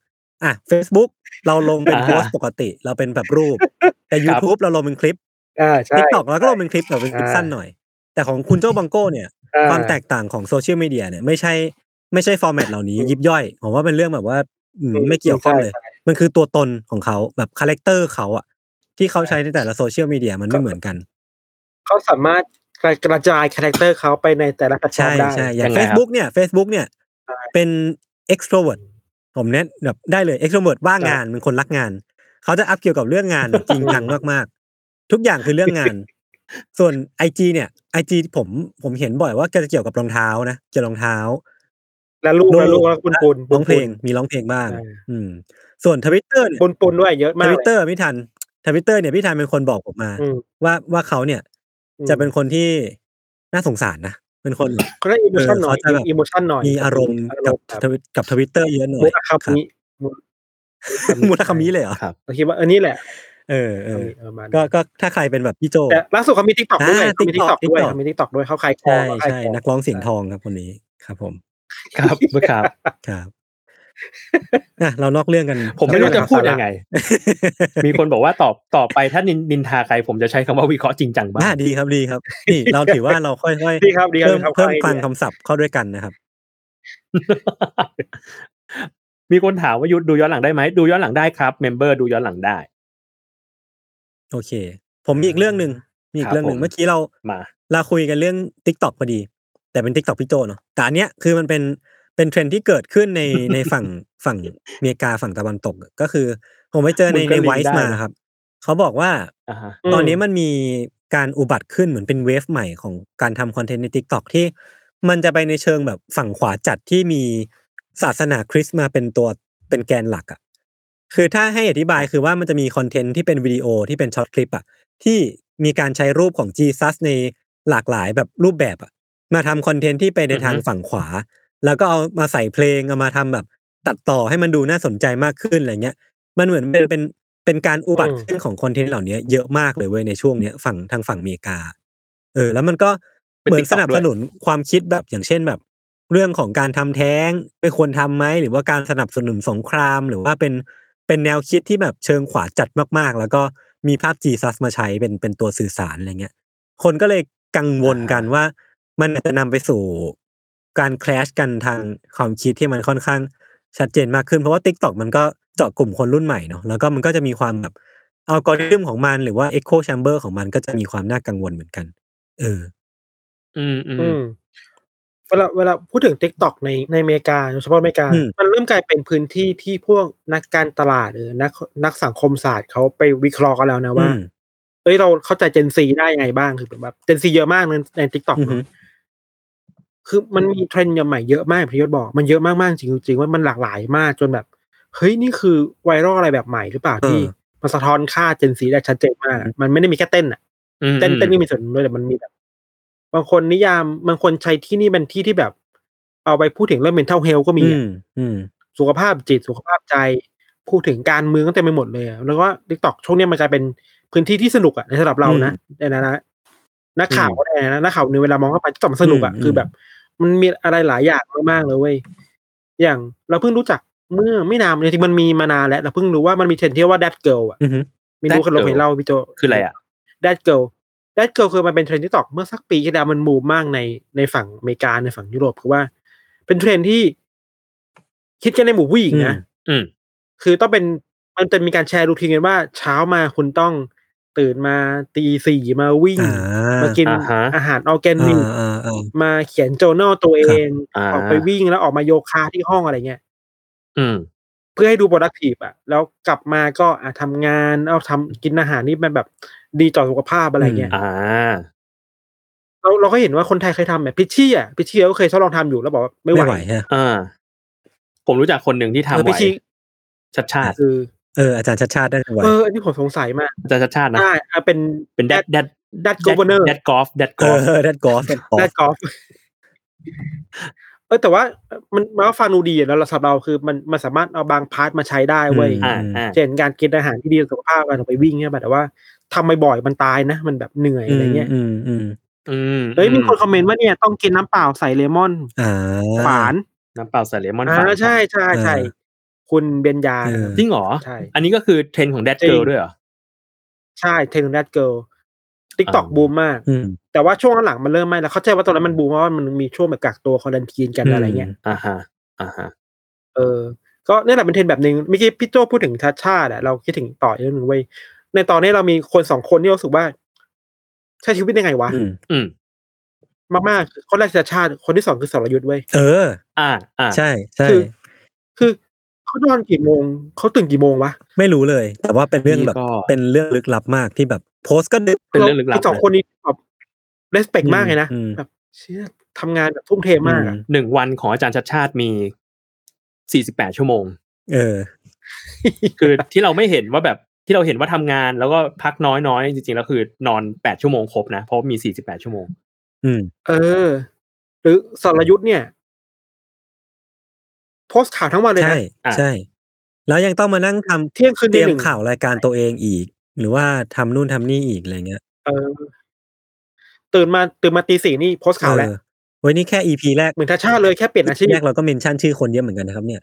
A: อ่ะ Facebook เราลงเป็น
C: อ่า
A: โพสต์ปกติ เราเป็นแบบรูป แต่ YouTube เราลงเป็นคลิป
B: อ่าใช่
A: t ิ k t o k เราก็ลงเป็นคลิปแต่เป็นคลิป
B: อ่า
A: สั้นหน่อย แต่ของคุณโจ้บังโก้เนี่ย
B: อ่
A: ความแตกต่างของโซเชียลมีเดียเนี่ยไม่ใช่ไม่ใช่ฟอร์แมตเหล่านี้ยิบย่อยผมว่าเป็นเรื่องแบบว่าอืมไม่เกี่ยวข้องเลย
B: ใช่ใช่
A: มันคือตัวตนของเขาแบบคาแรคเตอร์เขาอะที่เขาใช้ในแต่ละโซเชียลมีเดียมันไม่เหมือนกัน
B: เขาสามารถกระจายคาแรคเตอร์เขาไปในแต่ละแพลตฟอร์
A: ใช่
B: มได้
A: ใช่อย่า
C: ยัง งไงครับ
A: Facebook เนี่ย Facebook เนี่ย
B: ใช่
A: เป็น extrovert ผมเนี่ยแบบได้เลย extrovert ว่างงานเป็นคนรักงาน เขาจะอัพเกี่ยวกับเรื่องงาน จริงจังมากๆ ทุกอย่างคือเรื่องงาน ส่วน IG เนี่ย IG ผมผมเห็นบ่อยว่าแกจะเกี่ยวกับรองเท้านะเกี่ยวรองเท้า
B: และลูก
A: ดู
B: และลูกแล้วคุณปุน
A: ร้องเพลงมีร้องเพลงบ้าง
B: ใช่
A: อืม ส่วนทวิตเตอร์เนี่ย
B: ปุนปุนด้วยเยอะ
A: ท
B: มาก
A: วิต
B: เลย
A: เตอร์พี่ทันทวิตเตอร์เนี่ยพี่ทันเป็นคนบอกผมมา
B: อืม
A: ว่าว่าเขาเนี่ย
B: อืม
A: จะเป็นคนที่น่าสงสารนะเป็นคน
B: เขาได้อิโมชันหน่อย
A: เออเขาจะแบบ
B: อิโมชันหน่อย
A: มีอารมณ์กับ
B: อา
A: ท
B: รมณ์
A: วิตกับทวิตเตอร์เยอะหน่อย
B: มูลคามิ
A: ครับมูลคำนี้เลยเหรอ
C: ครับ
B: เราคิดว่าเออนี่แหละ
A: เออเออ
B: เออมา
A: ก็ก็ถ้าใครเป็นแบบพี่โจ
B: แต่ล่าสุดเขามีทิกตอกด้วย
A: อ่า
B: เขามีทิกตอก
A: TikTok
B: ด้วย
A: TikTok
B: เขามีทิกตอกด้วยเขาขายขอ
A: ใช่
B: งเขาขาย
A: ใช่
B: ของ
A: นักร้องเสียงทองครับคนนี้ครับผม
C: ครับครับ
A: ครับอ่ะเรานอกเรื่องกัน
C: ผมไม่รู้
A: น
C: จะ
A: อก
C: พูด
A: เรื่อง
C: ยังไง มีคนบอกว่าตอบต่อไปถ้านินนินทาใครผมจะใช้คำว่าวิเคราะห์จริงจังบ้าง
A: น่าดีครับดีครับ นี่เราถือว่าเราค่อย
B: ดีครับดี
A: ๆ
B: ครับ
A: เพิ่ม
B: ครับ
A: เพิ่ม
B: ใคร
A: ฟัง
B: เนี่ย
A: คำศัพท์เข้าด้วยกันนะครับ
C: มีคนถามว่ายุทธดูย้อนหลังได้ไหมดูย้อนหลังได้ครับเมมเบอร์ดูย้อนหลังได้
A: โอเค ผมมีอีกเรื่องหนึ่งมีอี
C: ค
A: ก
C: รับ
A: เรื่องหนึ่
C: ผ
A: ง
C: ม
A: เมื่อกี้เรา
C: มา
A: เราคุยกันเรื่อง t ิ k t o k พอดี แต่เป็น t ิ k t o k พี่โจเนาะแต่อันเนี้ยคือมันเป็นเป็นเทรนด์ที่เกิดขึ้น ใน ในฝั่งฝั่งอเมริกาฝั่งตะวันตกอะก็คือ ผมไปเจอในในไวซ์มาครับ เขาบอกว่า
C: อ่าฮะ
B: อืม
A: ตอนนี้มันมีการอุบัติขึ้นเหมือนเป็นเวฟใหม่ของการทำคอนเทนต์ใน t ิ k t o k ที่มันจะไปในเชิงแบบฝั่งขวาจัดที่มีศาสนาคริสต์มาเป็นตัวเป็นแกนหลักอะคือถ้าให้อธิบายคือว่ามันจะมีคอนเทนต์ที่เป็นวิดีโอที่เป็นช็อตคลิปอะ ที่มีการใช้รูปของจีซัสในหลากหลายแบบรูปแบบอะมาทำคอนเทนต์ที่ไปในทาง
C: อือฮึ
A: ฝั่งขวา แล้วก็เอามาใส่เพลงเอามาทำแบบตัดต่อให้มันดูน่าสนใจมากขึ้นอะไรเงี้ย มันเหมือนเป็นเป็นเป็นการอุบัติ
B: อืม
A: ขึ้นของคอนเทนต์เหล่านี้เยอะมากเลยเว้ยในช่วงเนี้ยฝั่งทางฝั่งอเมริกา เออ แล้วมันก็
C: เป็น
A: เหมือนส
C: TikTok
A: นับสนุนความคิดแบบอย่างเช่นแบบ เรื่องของการทำแท้งไม่ควรทำไหมหรือว่าการสนับสนุนสงครามหรือว่าเป็นเป็นแนวคิดที่แบบเชิงขวาจัดมากๆ แล้วก็มีภาพจีซัสมาใช้เป็นเป็นตัวสื่อสารอะไรเงี้ย คนก็เลยกังวลกันว่า มันอาจจะนำไปสู่การแคลชกันทางความคิดที่มันค่อนข้างชัดเจนมากขึ้นเพราะว่า t ิ k t o k มันก็เจาะกลุ่มคนรุ่นใหม่เนาะแล้วก็มันก็จะมีความแบบอัลกอริทึมของมันหรือว่า Echo Chamber ของมันก็จะมีความน่ากังวลเหมือนกัน เออ
C: อืมอืม
B: อืมเวลาเวลาพูดถึง t ิ k t o k ในในอเมริกาโดยเฉพาะอเมริกา
A: อืม
B: มันเริ่มกลายเป็นพื้นที่ที่พวกนักการตลาดหรือนักนักสังคมศาสตร์เขาไปวิเคราะห์กันแล้วนะว่า
A: อืม
B: เอ้ยเราเข้าใจเจนซีได้ยังไงบ้างคือแบบเจนซีเยอะมากในในทิกตอก
A: อือฮึ
B: คือมันมีเทรนด์ใหม่ๆเยอะมากพยศบอกมันเยอะมากๆจริงจริงๆว่ามันหลากหลายมากจนแบบเฮ้ยนี่คือไวรัลอะไรแบบใหม่หรือเปล่าที่
A: เออ
B: มันสะท้อนค่าเจนซีได้ชัดเจนมากอะมันไม่ได้มีแค่เต้นอะ
C: อืม
B: เต้นเต้นไม่มีส่วนด้วยแต่มันมีแบบบางคนนิยามบางคนใช้ที่นี่เป็นที่ที่แบบ เอาไปพูดถึงเรื่อง mental health ก็มี
A: อื
B: อะ
A: มอืม
B: สุขภาพจิตสุขภาพใจ พูดถึงการเมืองก็เต็มไปหมดเลยอะแล้วก็ทิกตอกช่วงเนี้ยมันกลายเป็นพื้นที่ที่สนุกอะในสำหรับเรานะในฐานะนักข่าวก็ได้นะนักข่าวในยเวลามองเข้าไปก็มันสนุกอะ
A: อืม
B: คือแบบ มันมีอะไรหลายอย่างมากๆเลยเว้ยอย่างเราเพิ่งรู้จักเมื่อไม่นานจริงๆมันมีมานานแล้วเราเพิ่งรู้ว่ามันมีเทรนด์ที่ว่า that girl อะ
A: อืม
B: ไม่รู้คนเราเคยเล่าพี่โจ
C: คืออะไรอ่ะ
B: ดดเกิลดดเกิลคือมันเป็นเทรนด์ที่ตอกเมื่อสักปีที่แล้วมันมูมมากในในฝั่งอเมริกาในฝั่งยุโรปคือว่า เป็นเทรนด์ที่คิดกันในหมู่ผู้หญิงนะ
C: อืมอืม
B: คือต้องเป็นมันจะมีการแชร์รูทีนกันว่าเช้ามาคุณต้องตื่นมาตีสี่มาวิ่ง
A: อ่าม
B: มากิน
C: อ่าฮะ
B: อาหารออร์แกนิ
A: อ่าก อ่าอ่า
B: มาเขียนโจเนลตัวเอง
C: อ่า
B: ออกไปวิ่งแล้วออกมาโยคะที่ห้องอะไรเงี้ย
C: อืม
B: เพื่อให้ดู productive อะแล้วกลับมาก็อ่ะทำงานเอาทำกินอาหารนี่มันแบบดีต่อสุขภาพอะไรเงี้ย
C: อ่า
B: เราเราก็เห็นว่าคนไทยเคยทำแบบพิชชี่อ่ะพิชชี่ก็เคยทดลองทำอยู่แล้วบอกว่าไม่
A: ไม่
B: ไห
A: ไหว
B: ว
A: ฮะ
C: อ่า ผมรู้จักคนหนึ่งที่ทำ
B: เออ
C: ไว้
B: พิชชี่
C: ชัดชาติ
B: คือ
A: เอออาจารย์ชัดชาติได้ไหว
B: เอออันนี้ผมสงสัยมาก
C: อาจารย์ชัดชาตินะ
B: ได้อ่ะเป็น
C: เป็นแดดแดด
B: ดัตกเวเนอร์
C: แดดกอล์ฟแดดก
A: เอ
C: อล์ฟ
A: อดัดกอล์ฟดัดกอ
B: ดั
A: ล์ฟ
B: ตกอล์ฟ เออแต่ว่ามันมาว่าฟังดูดีอะแล้วเราสำหรับเราคือมันมันสามารถเอาบางพาร์ทมาใช้ได้เว้ย
C: อ่าอ่า
B: เช่นการกินอาหารที่ดีต่อสุขภาพการออกไปวิ่งเนี่ยแต่ว่าทำบ่อยๆมันตายนะ มันแบบเหนื่อย
A: อื
B: อะไร
A: ม
B: เงี้ย
A: อืมอืม
C: อืม
B: เฮ้ยมีคนคอมเมนต์ว่าเนี่ยต้องกินน้ำเปล่าใส่เลมอน
A: อ่า
B: ฝาน
C: น้ำเปล่าใส่เลมอน
B: อ่า
C: ฝาน
B: ใช่ใช่ใช่
A: เออ
B: คุณเบญญา
A: เออ
C: จริงเหรอ
B: ใช่
C: อันนี้ก็คือเทรนด์ของแดดเกิลด้วยเหรอ
B: ใช่เทรนด์แรดเกิลติ๊กต็อก
C: อ่า
B: บูมมาก
A: อืม
B: แต่ว่าช่วงหลังมันเริ่มไม่แล้วเข้าใจว่าตอนนั้นมันบูมเพราะว่ามันมีช่วงแบบกักตัวคอรันทีนกัน
A: อืม
B: อะไรเงี้ย
C: อ่าฮะอ่าฮะ
B: เออก็นี่แหละเป็นเทรนด์แบบหนึ่งเมื่อกี้พี่โจ้พูดถึงชาติชาติอะเราคิดถึงต่ออีกเรื่องหนึ่งเว้ยในตอนนี้เรามีคนสองคนที่เรารู้สึกว่า ใช้ชีวิตยังไงวะ
A: อืม
C: อืม
B: มากๆคนแรกชาติชาติคนที่สองคือสรยุทธ์เว้ย
A: เออ
C: อ่า อ่า
A: ใช่ใช่
B: คือ คือเขานอนกี่โมงเขาตื่นกี่โมงวะ
A: ไม่รู้เลย แต่ว่าเป็นเรื่องแบบ
C: นี่ก็
A: เป็นเรื่องลึกลับมากที่แบบ โพสต์ก็นึก
C: เป็นเรื่องลึกลับ
B: คืสอง
C: นะ
B: คนนี้แบบเลสเปกมากเลยนะ
A: อืม
B: แบบเชี่ยทำงานแบบทุ่มเทมากอะ
C: หนึ่งวันของอาจารย์ชัดชาติมีสี่สิบแปดชั่วโมง
A: เออ
C: คือที่เราไม่เห็นว่าแบบที่เราเห็นว่าทำงานแล้วก็พักน้อยน้อยๆจริงๆแล้วคือนอนแปดชั่วโมงครบนะ เพราะมีสี่สิบแปดชั่วโมง
A: อืม
B: เออ หรือสรยุทธ์เนี่ย โพสต์ข่าวทั้งวันเลย
A: ใช่
B: นะ
C: อ่ะ
A: ใช่ แล้วยังต้องมานั่งทำ
B: เที่ยงคืน
A: เต
B: ตี
A: รียม
B: หนึ่ง
A: ข่าวรายการตัวเองอีก หรือว่าทำนู่นทำนี่อีกอะไรเงี้ย
B: เออ ตื่นมาตื่นมาตีสี่นี่โพสต์ข่าวแล้ว
A: เออไว้นี่แค่อีพีแรก
B: เหมือนทาชาเลยแค่เปลี่ยนอาชีพ
A: แรกเราก็เมนชั่นชื่อคนเยอะเหมือนกันนะครับ เนี่ย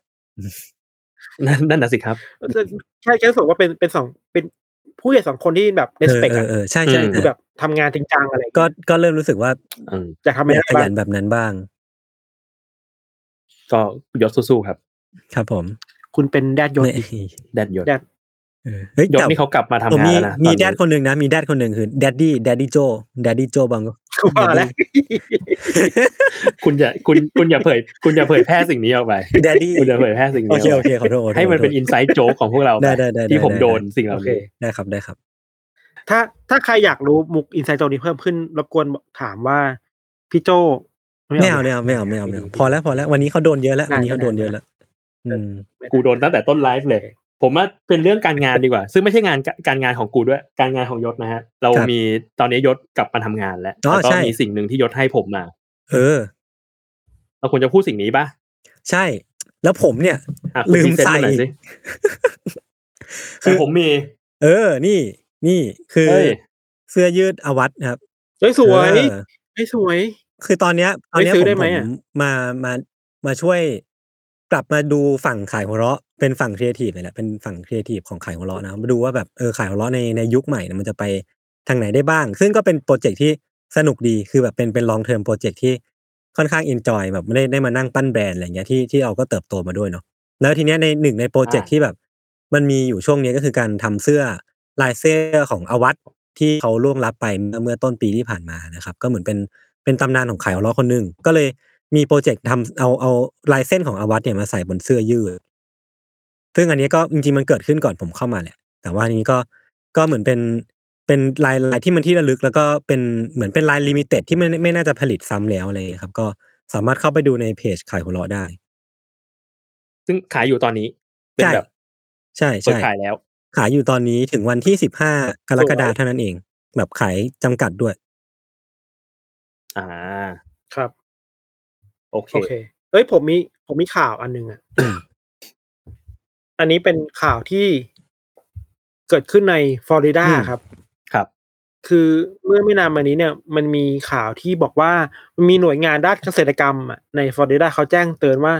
C: นั่นนั่นน่ะสิครับ
B: แค่แค่รู้สึกว่าเป็นเป็นสองเป็นผู้ใหญ่สองคนที่แบบเ e
A: เอ
B: ส
A: อ
B: เปก
A: เออเออใช่ใช่
C: อืม
B: คือแบบทำงานจริงจังอะไร
A: ก็ก็เริ่มรู้สึกว่า
C: อืม
B: อยากทำ
A: อ
B: ไม่
A: ยากข
B: ได้บ้า
A: ยั
B: ง
A: นแบบนั้นบ้าง
C: ก็ยศสู้ๆครับ
A: ครับผม
B: คุณเป็นแดดยศ
A: เนี่ย
B: อีก
C: แดดยศ
B: แดด
A: เออเฮ้ย
C: ยศ
A: แต่
C: นี่เขากลับมาทำ
A: ผม
C: งา
A: มี
C: นแล้วนะ
A: มี
C: ตอน
A: แด
C: นี้
A: ดคนหนึ่งนะมีแดดคนหนึ่งคือแดดดี้แดดดี้โจแดดดี้โจบาง
B: ว่าแล้ว
C: คุณอย่าคุณคุณอย่าเผย คุณอย่าเผยแพร่สิ่งนี้ออกไป
A: แดดดี้
C: คุณ อย่าเผยแพร่สิ่ง
A: โอ
C: นี้ออ
A: เค
C: ก
A: โอเค
C: ไป
A: ขอโทษขอโทษ
C: ให้มันเป็น
A: ขอ
C: อิ
A: โทษ
C: นไซต์โจ๊กของพวกเราป
A: ได้ได้ได้
C: ที่ผม
A: ได้
C: โดนสิ่งเหล่า
B: โอเค
C: นี้
A: ได้ครับได้ครับ
B: ถ้าถ้าใครอยากรู้มุกอินไซต์ตรงนี้เพิ่มขึ้น รบกวนถามว่า พี่โจ
A: ไม่เอาไม่เอาไม่เอาไม่เอาไม่เอาพอแล้วพอแล้ววันนี้เขาโดนเยอะแล้ววันนี้เขาโดนเยอะแล้วอืม
C: กูโดนตั้งแต่ต้นไลฟ์เลย ผมว่าเป็นเรื่องการงานดีกว่า ซึ่งไม่ใช่งานการงานของกูด้วย การงานของยศนะฮะ เรา
A: ครับ
C: มีตอนนี้ยศกลับมาทำงานแล้ว
A: อ๋อ
C: แล้วก็
A: ใช่
C: มีสิ่งหนึ่งที่ยศให้ผมมา
A: เออ
C: เราควรจะพูดสิ่งนี้ปะ
A: ใช่ แล้วผมเนี่ย
C: อ่ะคุณ
A: ลืม
C: พรีเซนต์
A: ใส่
C: หน่อยสิ
A: คื
C: แต่
A: อ
C: ผมมี
A: เออ นี่ นี่คือ
C: เฮ้ย
A: เสื้อยืดอวัตนะครับ
B: เฮ้ยสวย
A: เออ
B: เฮ้ยสวย
A: คือตอนเนี้ยตอนเนี้ย
B: เฮ้ย
A: ผม
B: ซื้อได้ไหม
A: ผ
B: อะ
A: มมามามาช่วยกลับมาดูฝั่งขายหัวเราะ เป็นฝั่งครีเอทีฟเลยแหละเป็นฝั่งครีเอทีฟของขายหัวเราะนะมาดูว่าแบบเออขายหัวเราะในในยุคใหม่เนี่ยมันจะไปทางไหนได้บ้าง ซึ่งก็เป็นโปรเจกต์ที่สนุกดีคือแบบเป็นเป็นลองเทอมโปรเจกต์ที่ค่อนข้างอินจอยแบบไม่ได้ได้มานั่งปั้นแบรนด์อะไรเงี้ยที่ที่เราก็เติบโตมาด้วยเนาะ แล้วทีเนี้ยในหนึ่งในโปรเจกต์ที่แบบ มันมีอยู่ช่วงเนี้ยก็คือการทำเสื้อลายเสื้อของอวัตที่เขาล่วงลับไปเมื่อเมื่อต้นปีที่ผ่านมานะครับ ก็เหมือนเป็นเป็นตำนานของขายอล้อคนหนึ่งก็เลยมีโปรเจกต์ทำเอาเอาลายเส้นของอวัตเนี่ยมาใส่บนเสื้อยืด ซึ่งอันเนี้ยก็จริงๆมันเกิดขึ้นก่อนผมเข้ามาแหละแต่ว่าอันนี้ก็ก็เหมือนเป็นเป็นลายลายที่มันที่ระลึก แล้วก็เป็นเหมือนเป็นลายลิมิเต็ดที่ไม่ไม่น่าจะผลิตซ้ำแล้วอะไรอย่างเงี้ยครับ ก็ สามารถเข้าไปดูในเพจขายหัวเราะได้
C: ซึ่งขายอยู่ตอนนี้ เป็น
A: ใช่
C: แบบ
A: ใช่
C: เปิด
A: ใช่
C: ขายแล้ว
A: ขายอยู่ตอนนี้ถึงวันที่สิบห้ากรกฎาคมเท่านั้นเอง แบบขายจำกัดด้วย
C: อ่า
B: ครับ
C: โอเค
B: โอเคเอ้ยผมมีผมมีข่าวอันหนึงอ่ะ อันนี้เป็นข่าวที่เกิดขึ้นในฟลอริดา
A: อืม
B: ครับ
C: ครับ
B: คือเมื่อไม่นานมานี้เนี่ยมันมีข่าวที่บอกว่ามันมีหน่วยงานด้านเกษตรกรรมอะในฟลอริดาเขาแจ้งเตือนว่า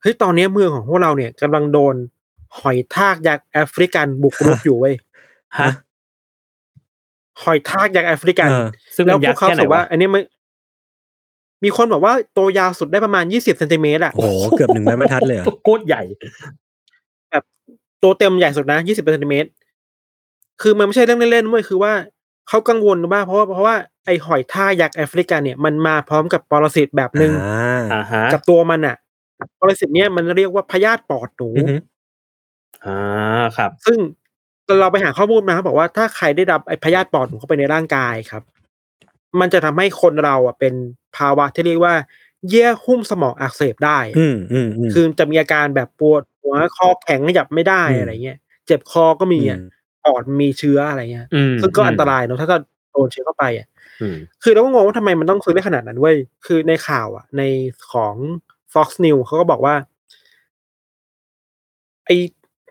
B: เฮ้ยตอนนี้เมืองของพวกเราเนี่ยกำลังโดนหอยทากยักษ์แอฟริกันบุกรุกอยู่เว้ย
C: ฮะ
B: หอยทากยักษ์แอฟริกัน
A: เออ
C: ซึ่ง
B: แล้
C: มั
B: วนพว
C: ยั
B: ก
C: กษ์
B: เขา
C: แค่ไหน
B: บอก
C: วะ
B: ว่า อันนี้มันมีคนบอกว่าตัวยาวสุดได้ประมาณยี่สิบเซนติเมตรอะ
A: โอ้โหเกือบหนึ่งไม้บรรทัดเลยเหรอ
C: โคตรใหญ่
B: ตัวเต็มใหญ่สุดนะยี่สิบเซนติเมตรคือมันไม่ใช่เรื่องเล่นๆเว้ยคือว่าเขากังวลมากเพราะว่าเพราะว่าไอหอยทากยักษ์แอฟริกันเนี่ยมันมาพร้อมกับปรสิตแบบหนึ่ง
A: อ่า
C: อ่าฮะ
B: กับตัวมันอ่ะปรสิตเนี่ยมันเรียกว่าพยาธิปอดหนู
A: อือฮึ
C: อ่าครับ
B: ซึ่งเราไปหาข้อมูลมาเขาบอกว่าถ้าใครได้รับไอ้พยาธิปอดหนูเข้าไปในร่างกายครับ มันจะทำให้คนเราอ่ะเป็นภาวะที่เรียกว่า เยื่อหุ้มสมองอักเสบได้
A: อืมอืมอืม
B: คือจะมีอาการแบบปวดหัวคอแข็งขยับไม่ได้
A: อืม
B: อะไรเงี้ยเจ็บคอก็มีอ่ะ
A: อืม
B: ปอดมีเชื้ออะไรเงี้ย
C: อืม
B: ซึ่งก็อันตรายเนอะถ้าเราโดนเชื้อเข้าไปอ่ะ
C: อืม
B: คือเราก็งงว่าทำไมมันต้องซื้อได้ขนาดนั้นเว้ย คือในข่าวอ่ะ ในของ Fox News เขาก็บอกว่า ไอ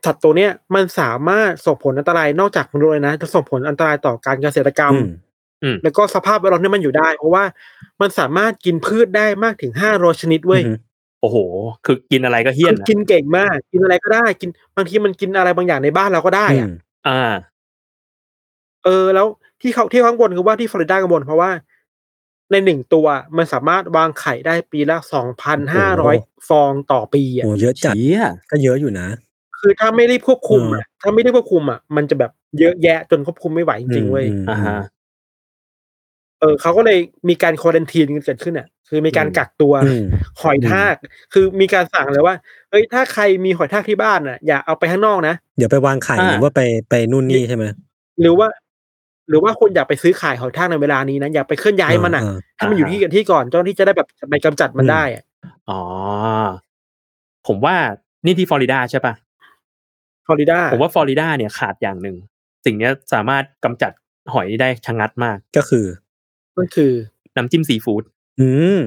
B: สัตว์ตัวเนี้ย มันสามารถส่งผลอันตรายนอกจากมนุษย์เลยนะ จะส่งผลอันตรายต่อการเกษตรกรรม
A: อืม
B: แล้วก็สภาพแวดล้อมที่มันอยู่ได้ เพราะว่ามันสามารถกินพืชได้มากถึงห้าร้อยชนิดเว้ย
A: อือฮึ
C: โอ้โห คือกินอะไรก็เฮี้ย
B: คื
C: น
B: อ
C: อะ
B: กินเก่งมาก กินอะไรก็ได้ กินบางทีมันกินอะไรบางอย่างในบ้านเราก็ได้อะ
A: ม
C: อ่า
B: เออแล้วที่เขาที่ข้างบนคือว่าที่ฟลอริดากังวลเพราะว่า ในหนึ่งตัวมันสามารถวางไข่ได้ปีละสองพันห้าร้อยฟองต่อปีอ่ะ
A: โอ้เยอะจัด
C: เชี่ย
A: ก็เยอะอยู่นะ
B: คือถ้าไม่รีบควบคุมอ่ะถ้าไม่ได้ควบคุมอ่ะมันจะแบบเยอะแยะจนควบคุมไม่ไหวจริงๆเว้ย
A: อืม
C: อ่าฮะ
B: เออเขาก็เลยมีการควอรันทีนกันเกิดขึ้นอ่ะ คือมีการกักตัว
A: อืม
B: หอยทาก คือมีการสั่งเลยว่าเอ้ยถ้าใครมีหอยทากที่บ้านอ่ะ อย่าเอาไปข้างนอกนะ
A: เดี๋ยวไปวางไข่
C: อ่า
A: หรือว่าไปไปนู่นนี่ใช่ไหม
B: หรือว่า หรือว่าคุณอย่าไปซื้อขายหอยทากในเวลานี้นะอย่าไปเคลื่อนย้ายมันอ่ะ
A: อ่า
B: ให้มันอยู่ที่กับที่ก่อนเจ้าหน้าที่จะได้แบบไปกำจัดมัน
A: อืม
B: ได้อะ
C: อ๋อ ผมว่านี่ที่ฟลอริดาใช่ปะ
B: ฟลอริดา
C: ผมว่าฟลอริดาเนี่ยขาดอย่างหนึ่ง สิ่งเนี้ยสามารถกำจัดหอยได้ชะงัดมาก
A: ก็คือ
B: ก็คือ
C: น้ำจิ้มซีฟู้ด
A: อืม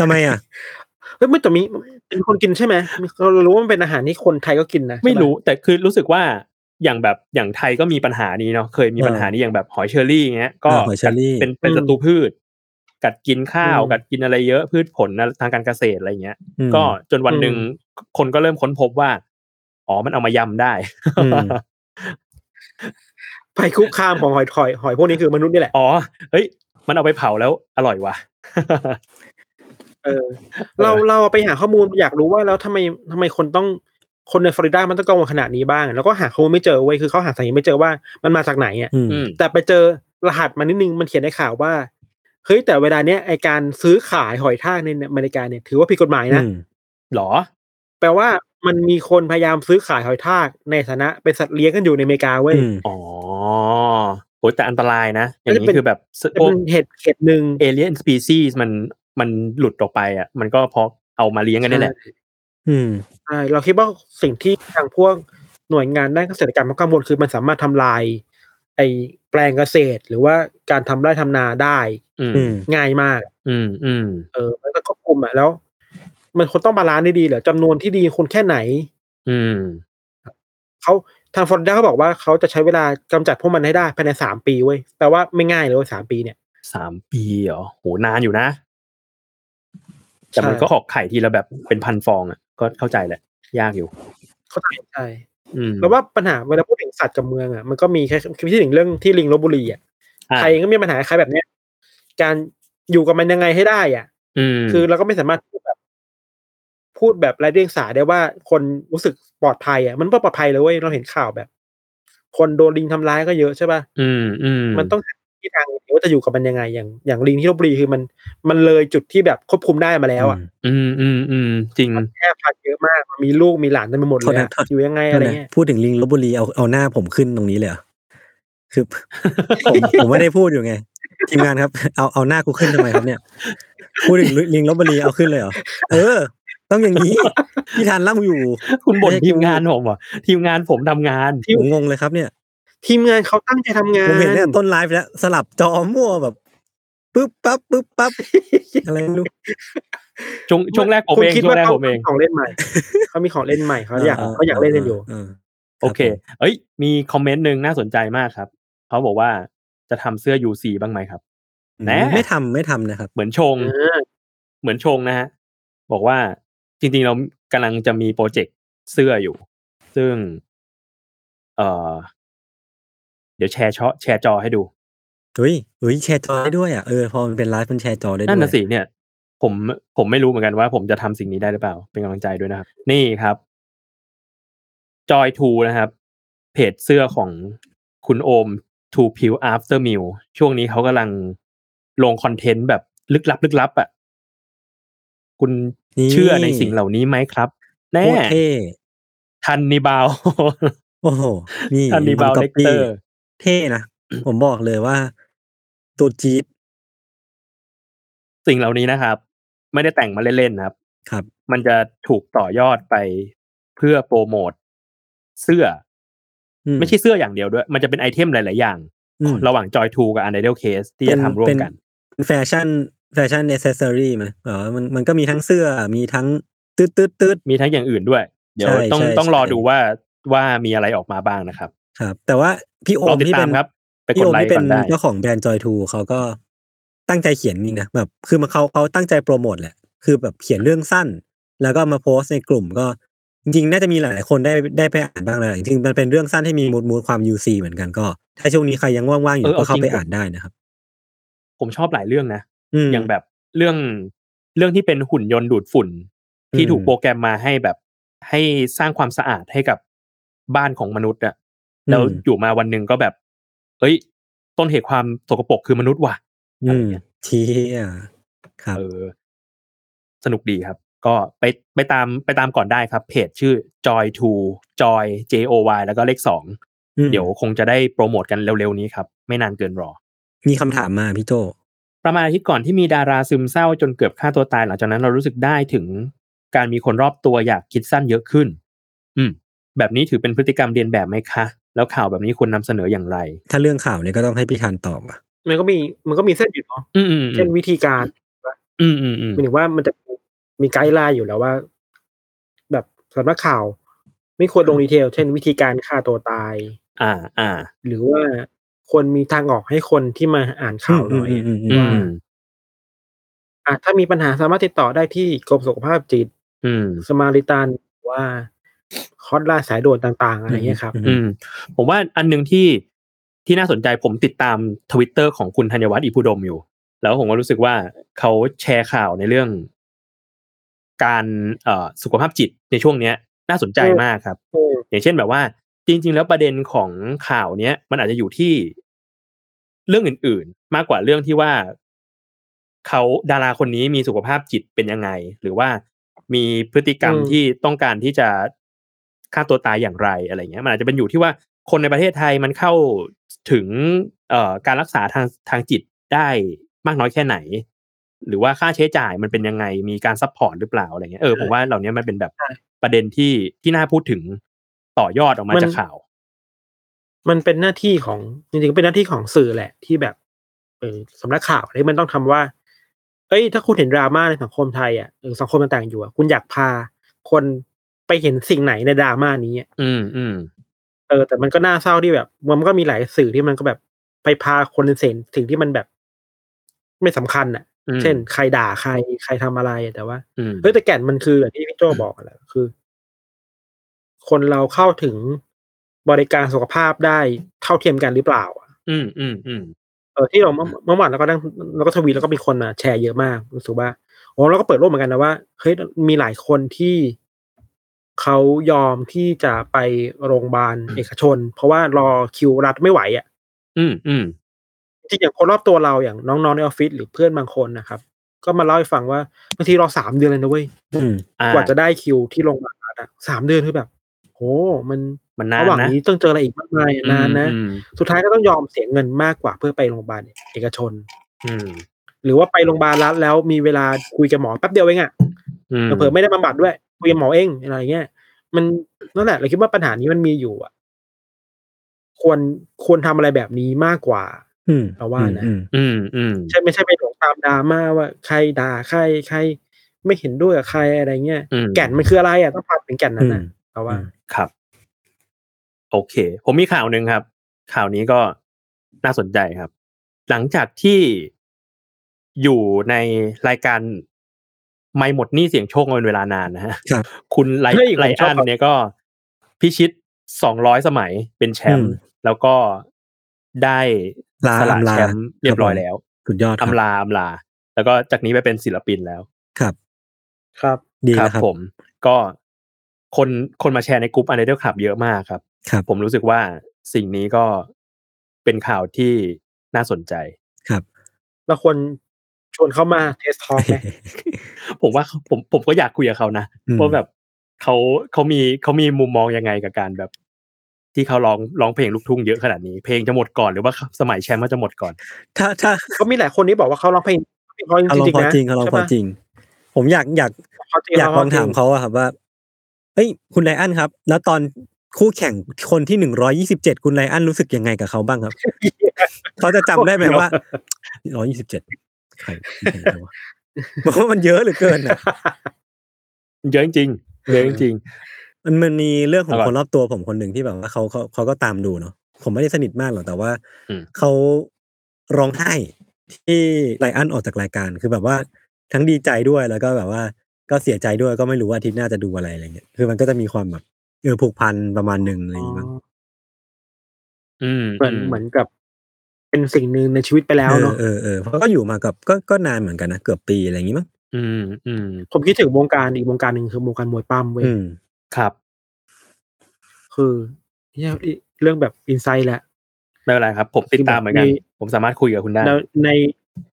A: ทำไมอ่ะ
B: เฮ้ยไม่แต่มีเป็นคนกินใช่ไหมมีเรารู้ว่ามันเป็นอาหารที่คนไทยก็กินนะ
C: ไม่
B: ใช่ปะ
C: รู้แต่คือรู้สึกว่าอย่างแบบอย่างไทยก็มีปัญหานี้เนาะเคยมีปัญหานี้อย่างแบบหอยเชอรี่อย่างเงี้ยก็
A: อ่าหอยเชอรี่
C: เป็นเป็นศัตรูพืช กัดกินข้าว กัดกินอะไรเยอะพืชผลนะทางการเกษตรอะไรเงี้ย
A: อืม
C: ก็จนวันหนึ่งคนก็เริ่มค้นพบว่า อ๋อมันเอามายำได้
A: อืม
B: ภัยคุกคามของหอยถอยหอยพวกนี้คือมนุษย์นี่แหละ
C: อ๋อ เฮ้ย มันเอาไปเผาแล้วอร่อยว่ะ
B: เออเราเราไปหาข้อมูลอยากรู้ว่าแล้วทำไมทำไมคนต้องคนในฟลอริดามันต้องกังวลขนาดนี้บ้าง แล้วก็หาข้อมูลไม่เจอเว้ยคือเขาหาสาเหตุไม่เจอว่ามันมาจากไหนอ่ะ
A: อืม
C: อืม
B: แต่ไปเจอรหัสมานิดนึงมันเขียนในข่าวว่าเฮ้ยแต่เวลาเนี้ยไอการซื้อขายหอยทากในอเมริกาเนี่ยถือว่าผิดกฎหมายนะ
A: อืม
C: หรอ
B: แปลว่ามันมีคนพยายามซื้อขายหอยทากในฐานะเป็นสัตว์เลี้ยงกันอยู่ในอเมริกาเว้ย
A: อืม
C: อ๋อโอ้ยแต่อันตรายนะ อย่างนี้
B: มันจะเป็น
C: คือแบบพวก
B: เป็นเหตุเหตุหนึ่ง
C: เอเลียนสปีซีส์มันมันหลุดออกไปอ่ะ มันก็เพราะเอามาเลี้ยงกันนี่แหละ
A: อืม
B: ใช่เราคิดว่าสิ่งที่ทางพวกหน่วยงานด้านเกษตรกรรมเขากังวลคือมันสามารถทำลาย ไอแปลงเกษตร หรือว่าการทำไร่ทำนาได้
C: อืม
A: อืม
B: ง่ายมาก
C: อืม อืม
B: เออมันก็ควบคุมอ่ะแล้ว มันคนต้องบาลานซ์ดีๆเหรอจำนวนที่ดีคนแค่ไหน
C: อืม
B: เขาทางฟลอริดาเขาบอกว่าเขาจะใช้เวลากำจัดพวกมันให้ได้ภายในสามปีเว้ยแปลว่าไม่ง่ายเลยเว้ยสามปีเนี่ย
C: สามปีเหรอโหนานอยู่นะ แต่มันก็ออกไข่ทีละแบบเป็นพันฟองอ่ะ ก็เข้าใจแหละ ยากอยู่
B: เข้าใจใช่
C: อืม
B: แล้วว่าปัญหาเวลาพูดถึงสัตว์กับเมืองอ่ะมันก็มีแค่คิดถึงเรื่องที่ลิงลบบุรีอ่ะ
C: อ่ะ
B: ไทยก็มีปัญหาคล้ายแบบเนี้ยการอยู่กับมันยังไงให้ได้อ่ะ
C: อืม
B: คือเราก็ไม่สามารถพูดแบบ พูดแบบไร้เดียงสาได้ว่าคนรู้สึกปลอดภัยอ่ะมันไม่ปลอดภัยเลยเว้ยเราเห็นข่าวแบบ คนโดนลิงทำร้ายก็เยอะใช่ป่ะ
C: อืมอืม
B: มันต้องหาที่ทางว่าจะอยู่กับมันยังไง อย่างอย่างลิงที่ลบบุรีคือมัน มันเลยจุดที่แบบควบคุมได้มาแล้วอ่ะ
C: อืมอืมอืมจริง
B: มันแพร่พันธุ์เยอะมากมันมีลูกมีหลานเต็มไปหมดเลยอะ
A: โทษนะโทษ
B: อยู่ยังไง
A: เดี๋
B: อะ
A: ยว
B: ไร
A: นะ
B: เงี้ย
A: พูดถึงลิงลบบุรีเอาเอาหน้าผมขึ้นตรงนี้เลยเหรอ คือ ผมผมไม่ได้พูดอยู่ไง ทีมงานครับ เอาเอาหน้ากูขึ้นทำไมครับเนี่ย พูดถึงลิงลบบุรีเอาขึ้นเลยเหรอเออ ต้องอย่างนี้พี่ทันล่ำ อยู่
C: คุณบ่นทีมงานผมเหรอทีมงานผมทำงานที่
A: ผมงงเลยครับเนี่ย
B: ทีมงานเขาตั้งใจทำงาน
A: ผมเห็นเนี่ยต้นไลฟ์แล้วสลับจอมั่วแบบปึ๊บปั๊บปึ๊บปั๊บอะไรไม่รู้
C: ช่วงช่วงแรกผม
B: คุณ
C: เอง
B: คิด
C: ช่ว
B: ว่าง
C: แรก
B: เขา
C: ผมเอง
B: ของเล่นใหม่เขามีของเล่นใหม่เขาอยากเขาอยากเล่นกันอยู่
C: โอเค เอ้ย มีคอมเมนต์หนึ่งน่าสนใจมากครับ เขาบอกว่าจะทำเสื้อ UC บ้างไหมครับ แน่
A: ไม่ทำไม่ทำนะครับ
C: เหมือนชง
B: เออ
C: เหมือนชงนะฮะ บอกว่าจริงๆ เรากำลังจะมีโปรเจกต์เสื้ออยู่ ซึ่ง เอ่อ เดี๋ยวแชร์ช่อแชร์จอให้ดู
A: เฮ้ยเฮ้ยแชร์จอได้ด้วยอ่ะ เออ พอมันเป็นไลฟ์มันแชร์จอได้ด้วย
C: นั่นน่ะสิเนี่ย ผมผมไม่รู้เหมือนกันว่า ผมจะทำสิ่งนี้ได้หรือเปล่า เป็นกำลังใจด้วยนะครับ นี่ครับจอยทูนะครับ เพจเสื้อของคุณโอม t o p i l After Meal ช่วงนี้เขากำลังลงคอนเทนต์แบบลึกลับลึกลับอ่ะคุณ
A: นี่
C: เชื่อในสิ่งเหล่านี้ไหมครับ
A: โค
C: แน่
A: ตรเท่
C: ทันนิบาว
A: โอ้โห นี่
C: ทันนิบาว
A: มั
C: เล็
A: ก็
C: กเตอร์
A: เท่นะ ผมบอกเลยว่า ตัวจี๊ด
C: สิ่งเหล่านี้นะครับ ไม่ได้แต่งมาเล่นๆนะครับ
A: ครับ
C: มันจะถูกต่อยอดไปเพื่อโปรโมทเสื้ออไม่ใช่เสื้ออย่างเดียวด้วย มันจะเป็นไอเทมหลาย ๆ อย่าง
A: อืม
C: ระหว่าง Joy 2 กับ Unreal Case ที่จะทำร่วมกัน
A: เป็นแฟชั่นแฟชั่นเนเซสซอรี่มั้ยเออมันมันก็มีทั้งเสื้อมีทั้งตืดตืดตืด
C: มีทั้งอย่างอื่นด้วย เดี๋ยว
A: ใช่
C: ต้อง
A: ใช่
C: ต้องรอ
A: ใช่
C: ดูว่าว่ามีอะไรออกมาบ้างนะครับ
A: ครับ แต่ว่าพี่โอ
C: รอ
A: ม
C: ติด
A: ที่
C: ตา
A: เป็
C: ม
A: น
C: ครับ ไปก
A: พี่
C: ด
A: โอม
C: ไล
A: ที่
C: ค์
A: เป็
C: ก่อน นได้
A: เจ้าของแบรนด์จอยทูเขาก็ตั้งใจเขียนนี่นะแบบคือมันเขาเขาตั้งใจโปรโมทแหละคือแบบเขียนเรื่องสั้น แล้วก็มาโพสต์ในกลุ่มก็จริงๆ น่าจะมีหลายๆคนได้ได้ไปอ่านบ้างเลยจริงๆมันเป็นเรื่องสั้นให้มีมูดมูดความ UC เหมือนกันก็ ถ้าช่วงนี้ใครยังว่างๆ อยู่
C: เอ
A: ก็
C: อเอาจริง
A: เข้าไปอ่านได้นะครับ
C: ผมชอบหลายเรื่องนะ
A: อืม
C: อย่างแบบเรื่องเรื่องที่เป็นหุ่นยนต์ดูดฝุ่น ที่
A: อืม
C: ถูกโปรแกรมมาให้แบบให้สร้างความสะอาดให้กับบ้านของมนุษย์อะแล้วอยู่มาวันหนึ่งก็แบบ เฮ้ย ต้นเหตุความสกปรกคือมนุษย์ว่ะ
A: อื
C: อะไร
A: ม
C: เงี้ย
A: ทีอ่ะครับ
C: เออ สนุกดีครับ ก็ไปไปตามไปตามก่อนได้ครับ เพจชื่อ joy to joy j o y แล้วก็เลขสอง
A: อืม
C: เดี๋ยวคงจะได้โปรโมทกันเร็วๆนี้ครับ ไม่นานเกินรอ
A: มีคำถามมาพี่โจ
C: ประมาณอาทิตย์ก่อนที่มีดาราซึมเศร้าจนเกือบฆ่าตัวตายหลังจากนั้นเรารู้สึกได้ถึงการมีคนรอบตัวอยากคิดสั้นเยอะขึ้น อืม แบบนี้ถือเป็นพฤติกรรมเรียนแบบไหมคะ แล้วข่าวแบบนี้ควรนำเสนออย่างไร
A: ถ้าเรื่องข่าวเนี่ยก็ต้องให้พี่ทันตอบอ่ะ
B: มันก็มีมันก็มีเส้นอยู่เนาะ
C: อืมอืมอื
B: เช่น
C: ม
B: วิธีการ
C: อืมอืมอืม
B: หมายถึงว่ามันจะมีไกด์ไลน์อยู่แล้วว่า แบบสำนักข่าว ไม่ควรลงดีเทล เช่น วิธีการฆ่าตัวตาย
C: อ่า อ่า
B: หรือว่าควรมีทางออกให้คนที่มาอ่านข่าวหน่อย
A: อืมอืม
C: อื
A: อืม
C: ม
B: อ่ะถ้ามีปัญหาสามารถติดต่อได้ที่กรมสุขภาพจิต
C: อืม
B: สมาริตันหรือว่าฮอตไลน์สายด่วนต่าง ๆ อะไรเงี้ยครับ
C: อืม ผมว่าอันหนึ่งที่ที่น่าสนใจผมติดตามทวิตเตอร์ของคุณธัญวัฒน์อิพุดมอยู่ แล้วผมก็รู้สึกว่าเขาแชร์ข่าวในเรื่อง การเอ่อสุขภาพจิตในช่วงเนี้ย น่าสนใจมากครับ
B: เออ
C: อย่างเช่นแบบว่า จริง ๆ แล้วประเด็นของข่าวเนี้ย มันอาจจะอยู่ที่เรื่องอื่น ๆ มากกว่าเรื่องที่ว่าเขาดาราคนนี้มีสุขภาพจิตเป็นยังไง หรือว่ามีพฤติกรรม
B: อืม
C: ที่ต้องการที่จะฆ่าตัวตายอย่างไรอะไรเงี้ย มันอาจจะเป็นอยู่ที่ว่าคนในประเทศไทยมันเข้าถึงเอ่อการรักษาทางทางจิตได้มากน้อยแค่ไหน หรือว่าค่าใช้จ่ายมันเป็นยังไงมีการซัพพอร์ตหรือเปล่าอะไรเงี้ยเออผมว่าเหล่านี้มันเป็นแบบประเด็นที่ที่น่าพูดถึงต่อยอดออกมาม
B: น
C: จากข่าว
B: มันเป็นหน้าที่ของจริงๆก็เป็นหน้าที่ของสื่อแหละที่แบบเออสำนักข่าวที่มันต้องทำว่า เอ้ย ถ้าคุณเห็นดราม่าในสังคมไทยอ่ะเออสังคมต่างๆอยู่อ่ะคุณอยากพาคนไปเห็นสิ่งไหนในดราม่านี้อะ
C: อืมอืม
B: เออแต่มันก็น่าเศร้าที่แบบ มันก็มีหลายสื่อที่มันก็แบบไปพาคนในเสนสิ่งที่มันแบบ ไม่สำคัญอ่ะ
C: อืม
B: เช่น ใครด่าใครใครทำอะไรอะแต่ว่า
C: อืม
B: เฮ้ยแต่แก่นมันคืออย่างที่พี่โจบอกอะแหละคือ คนเราเข้าถึงบริการสุขภาพได้เท่าเทียมกันหรือเปล่าอะ
C: อืมอืมอืม
B: เออที่เราเมื่อเมื่อวานเราก็นั่งเราก็ทวีตแล้วก็มีคนมาแชร์เยอะมากรู้สึกว่าโอ้เราก็เปิดโลกเหมือนกันนะว่าเฮ้ยมีหลายคนที่เขายอมที่จะไปโรงพยาบาลเอกชน เพราะว่ารอคิวรัฐไม่ไหวอ่ะ
C: อืมอืม
B: จริงๆอย่างคนรอบตัวเราอย่างน้องๆในออฟฟิศหรือเพื่อนบางคนนะครับ ก็มาเล่าให้ฟังว่าบางทีรอสามเดือนเลยนะเว้ย
A: อืม
C: อ่าก
B: ว่าจะได้คิวที่โรงพยาบาลอะสามเดือนคือแบบ โห มัน
C: มันนาน
B: ระหว่าง
C: นะ
B: นี้ต้องเจออะไรอีกมากมายอะนานนะ
C: อืม
B: สุดท้ายก็ต้องยอมเสียเงินมากกว่าเพื่อไปโรงพยาบาลเอกชน
C: อืม
B: หรือว่าไปโรงพยาบาลรัฐแล้วมีเวลาคุยกับหมอแป๊บเดียวเองอ่ะ
C: อืม
B: เผลอๆไม่ได้บำบัดด้วยคุยกับหมอเองอะไรเงี้ย มันนั่นแหละเราคิดว่าปัญหานี้มันมีอยู่อ่ะ ควรควรทำอะไรแบบนี้มากกว่า
A: อืม
B: เราว่านะ
A: อืม
C: อืมอืม
B: ใช่ไม่ใช่ไปหลงตามดราม่าว่าใครด่าใครใคร ไม่เห็นด้วยกับใครอะไรเงี้ย
C: อืม
B: แก่นมันคืออะไรอ่ะต้องพาถึงแก่นนั้
A: อื
B: น
A: ม
B: นะเราว่า
A: อืม
C: ครับ โอเค ผมมีข่าวหนึ่งครับ ข่าวนี้ก็น่าสนใจครับ หลังจากที่อยู่ในรายการไม่หมดหนี้เสียงโชคมาเป็นเวลานานนะฮะ
A: ครับ
C: คุณไล
B: เฮ้ยผม
C: ไล
B: ชอบ
C: อัน
B: ครับ
C: เนี่ยก็พิชิตสองร้อยสมัยเป็นแชม
A: อืม
C: ป์แล้วก็ได้
A: ลา
C: สละ
A: อำลา
C: แชมป์เรียบร้อยแล้ว
A: สุดยอดครับ
C: อำลาอำลา แล้วก็จากนี้ไปเป็นศิลปินแล้ว
B: ครับ
A: ดีนะค
C: ครับ
A: รับ
C: ผมก็คนคนมาแชร์ในกลุ่มอันเดอร์คลับเยอะมากครับ
A: ครับ
C: ผมรู้สึกว่าสิ่งนี้ก็เป็นข่าวที่น่าสนใจ
A: ครับ
B: เราควรชวนเขามาเทสทอ k ไหม
C: ผมว่าผมผมก็อยากคุยกับเขานะ
A: อืม
C: ว่าแบบเขาเขามีเขามีมุมมองยังไงกับการแบบ ที่เขาร้องร้องเพลงลูกทุ่งเยอะขนาดนี้เพลงจะหมดก่อนหรือว่าสมัยแชมป์มันจะหมดก่อน
A: ถ้าถ้า
B: ก็มีหลายคนที่บอกว่าเขาร้องเพลงเพลง
A: เอา
B: จ
A: ลอง
B: ริง
A: พอ
B: ๆนะ
A: จริงเขาลอง
B: ใช่
A: พอ
B: ปะ
A: จริง ผมอยากอยาก
B: เขาจริง
A: อยาก
B: เข
A: ลองถามเขาอะครับว่า เอ้ย คุณไลอันครับ แล้วตอนคู่แข่งคนที่หนึ่งร้อยี่สิบเจ็ดคุณไลอันรู้สึกยังไงกับเขาบ้างครับ เขาจะจำได้ไหมว่าร้อยี่สิบเจ็ดใครใครวะ บอกว่ามันเยอะเหลือเกินอะ
C: เยอะจริงๆเยอะจริง
A: มันมันมีเรื่องของ
C: อร่อย
A: คนรอบตัวผมคนหนึ่งที่แบบว่าเขาเขาเขาก็ตามดูเนาะผมไม่ได้สนิทมากหรอกแต่ว่า
C: อืม
A: เขาร้องไห้ที่ไลอันออกจากรายการคือแบบว่าทั้งดีใจด้วยแล้วก็แบบว่า ก็เสียใจด้วยก็ไม่รู้ว่าอาทิตย์หน้าจะดูอะไรอะไรเงี้ยคือมันก็จะมีความแบบเออผูกพันประมาณหนึ่งอะไรอย่างเงี้ย
C: ๆอืม
B: เหมือนเหมือนกับ เป็นสิ่งหนึ่งในชีวิตไปแล้วเนาะ
A: เออเออเออเพราะก็อยู่มากับก็ก็นานเหมือนกันนะเกือบปีอะไรอย่างงี้มั้ง
C: อืมอืม
B: ผมคิดถึงวงการอีกวงการหนึ่งคือวงการมวยปั้มเว้ย
A: อืม
C: ครับ
B: คือเนี่ยเรื่องแบบอินไซต์แหละ
C: ไม่เป็นไรครับ ผมติดตามเหมือนกัน
B: มี
C: ผมสามารถคุยกับคุณได้
B: แล้วใน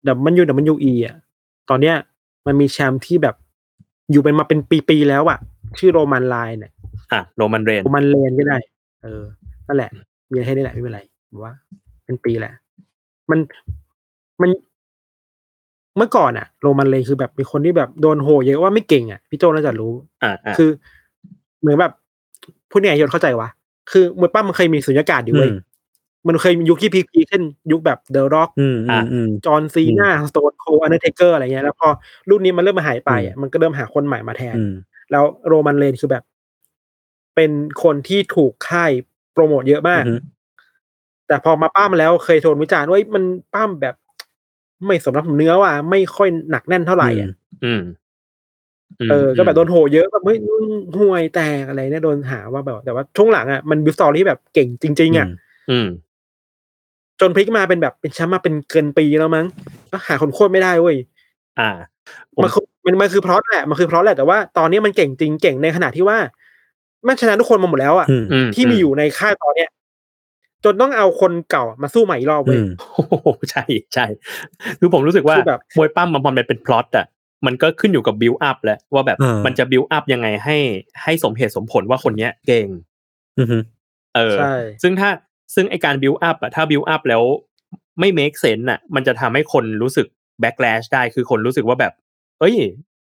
B: ดับมันยูดับมันยูอีอ่ะตอนเนี้ย มันมีแชมป์ที่แบบ อยู่เป็นมาเป็นปีๆแล้วอ่ะ ชื่อโรมันไลน์เนี่ย
C: อ่ะโรมันเรน
B: โรมันเลนก็ได้ เออนั่นแหละ มีอะไรให้ได้แหละไม่เป็นไรผมว่า เป็นปีแหละ มันมันเมื่อก่อนอ่ะ โรมันเลนคือแบบเป็นคนที่แบบโดนโหเยอะว่าไม่เก่งอ่ะพี่โจน่าจะรู้
C: อ่ะอ่ะ
B: คือเหมือนแบบพูดยังไงยศเข้าใจวะคือมวยปั้มมันเคยมีสุญญากาศอยู่เว้ย
A: อืม
B: มันเคยมียุคที่พีคๆเช่นยุคแบบเดอะร็อก
A: อืมอื
C: อ่ะ
A: มอืม
B: จอห์นซีนาสโตนโคอันเดอร์เทเกอร์อะไรเงี้ยแล้วพอรุ่นนี้มันเริ่มมาหายไปอ่ะมันก็เริ่มหาคนใหม่มาแทน
A: อืม
B: แล้วโรมันเลนคือแบบ เป็นคนที่ถูกค่ายโปรโมทเยอะมาก
A: อือฮึ
B: แต่พอมาป้ามแล้วเคยโดนวิจารณ์ว่าเอ้ยมันป้ามแบบ ไม่สมรับเนื้อว่ะไม่ค่อยหนักแน่นเท่าไหร่อ่ะ
C: อืมม
B: เออก็แบบโดนโหเยอะแบบเฮ้ยนู่นห่วยแตกอะไรเนี่ยโดนหาว่าแบบ แต่ว่าช่วงหลังอ่ะมันบิวสตอรี่แบบเก่งจริง ๆอ่ะ
C: อืม
B: จนพลิกมาเป็นแบบเป็นแชมป์มาเป็นเกินปีแล้วมั้งก็หาคนโคตรไม่ได้เว้ย
C: อ่า ผม
B: มันคือมันมันคือพลอตแหละมันคือพลอตแหละแต่ว่าตอนนี้มันเก่งจริงเก่งในขณะที่ว่าแม่งชนะทุกคนมาหมดแล้วอะ
A: อืม
C: อืม
B: ที่มีอยู่ในค่ายตอนเนี้ย จนต้องเอาคนเก่ามาสู้ใหม่อีกรอบ
A: อื
B: เว้ย
A: ม
C: โอ้โห ใช่ใช่คือผมรู้สึกว่า
B: คือแบบ
C: มวยปั้มมันพอมันเป็นพล็อตอ่ะมันก็ขึ้นอยู่กับบิวอัพแหละว่าแบบ
A: อ่ามั
C: มันจะบิวอัพยังไงให้ให้สมเหตุสมผลว่าคนเนี้ยเก่ง
A: อืม
C: เออ
B: ใช่
C: ซึ่งถ้าซึ่งไอการบิวอัพอะถ้าบิวอัพแล้วไม่ make sense อะมันจะทำให้คนรู้สึก backlash ได้คือคนรู้สึกว่าแบบ เอ้ย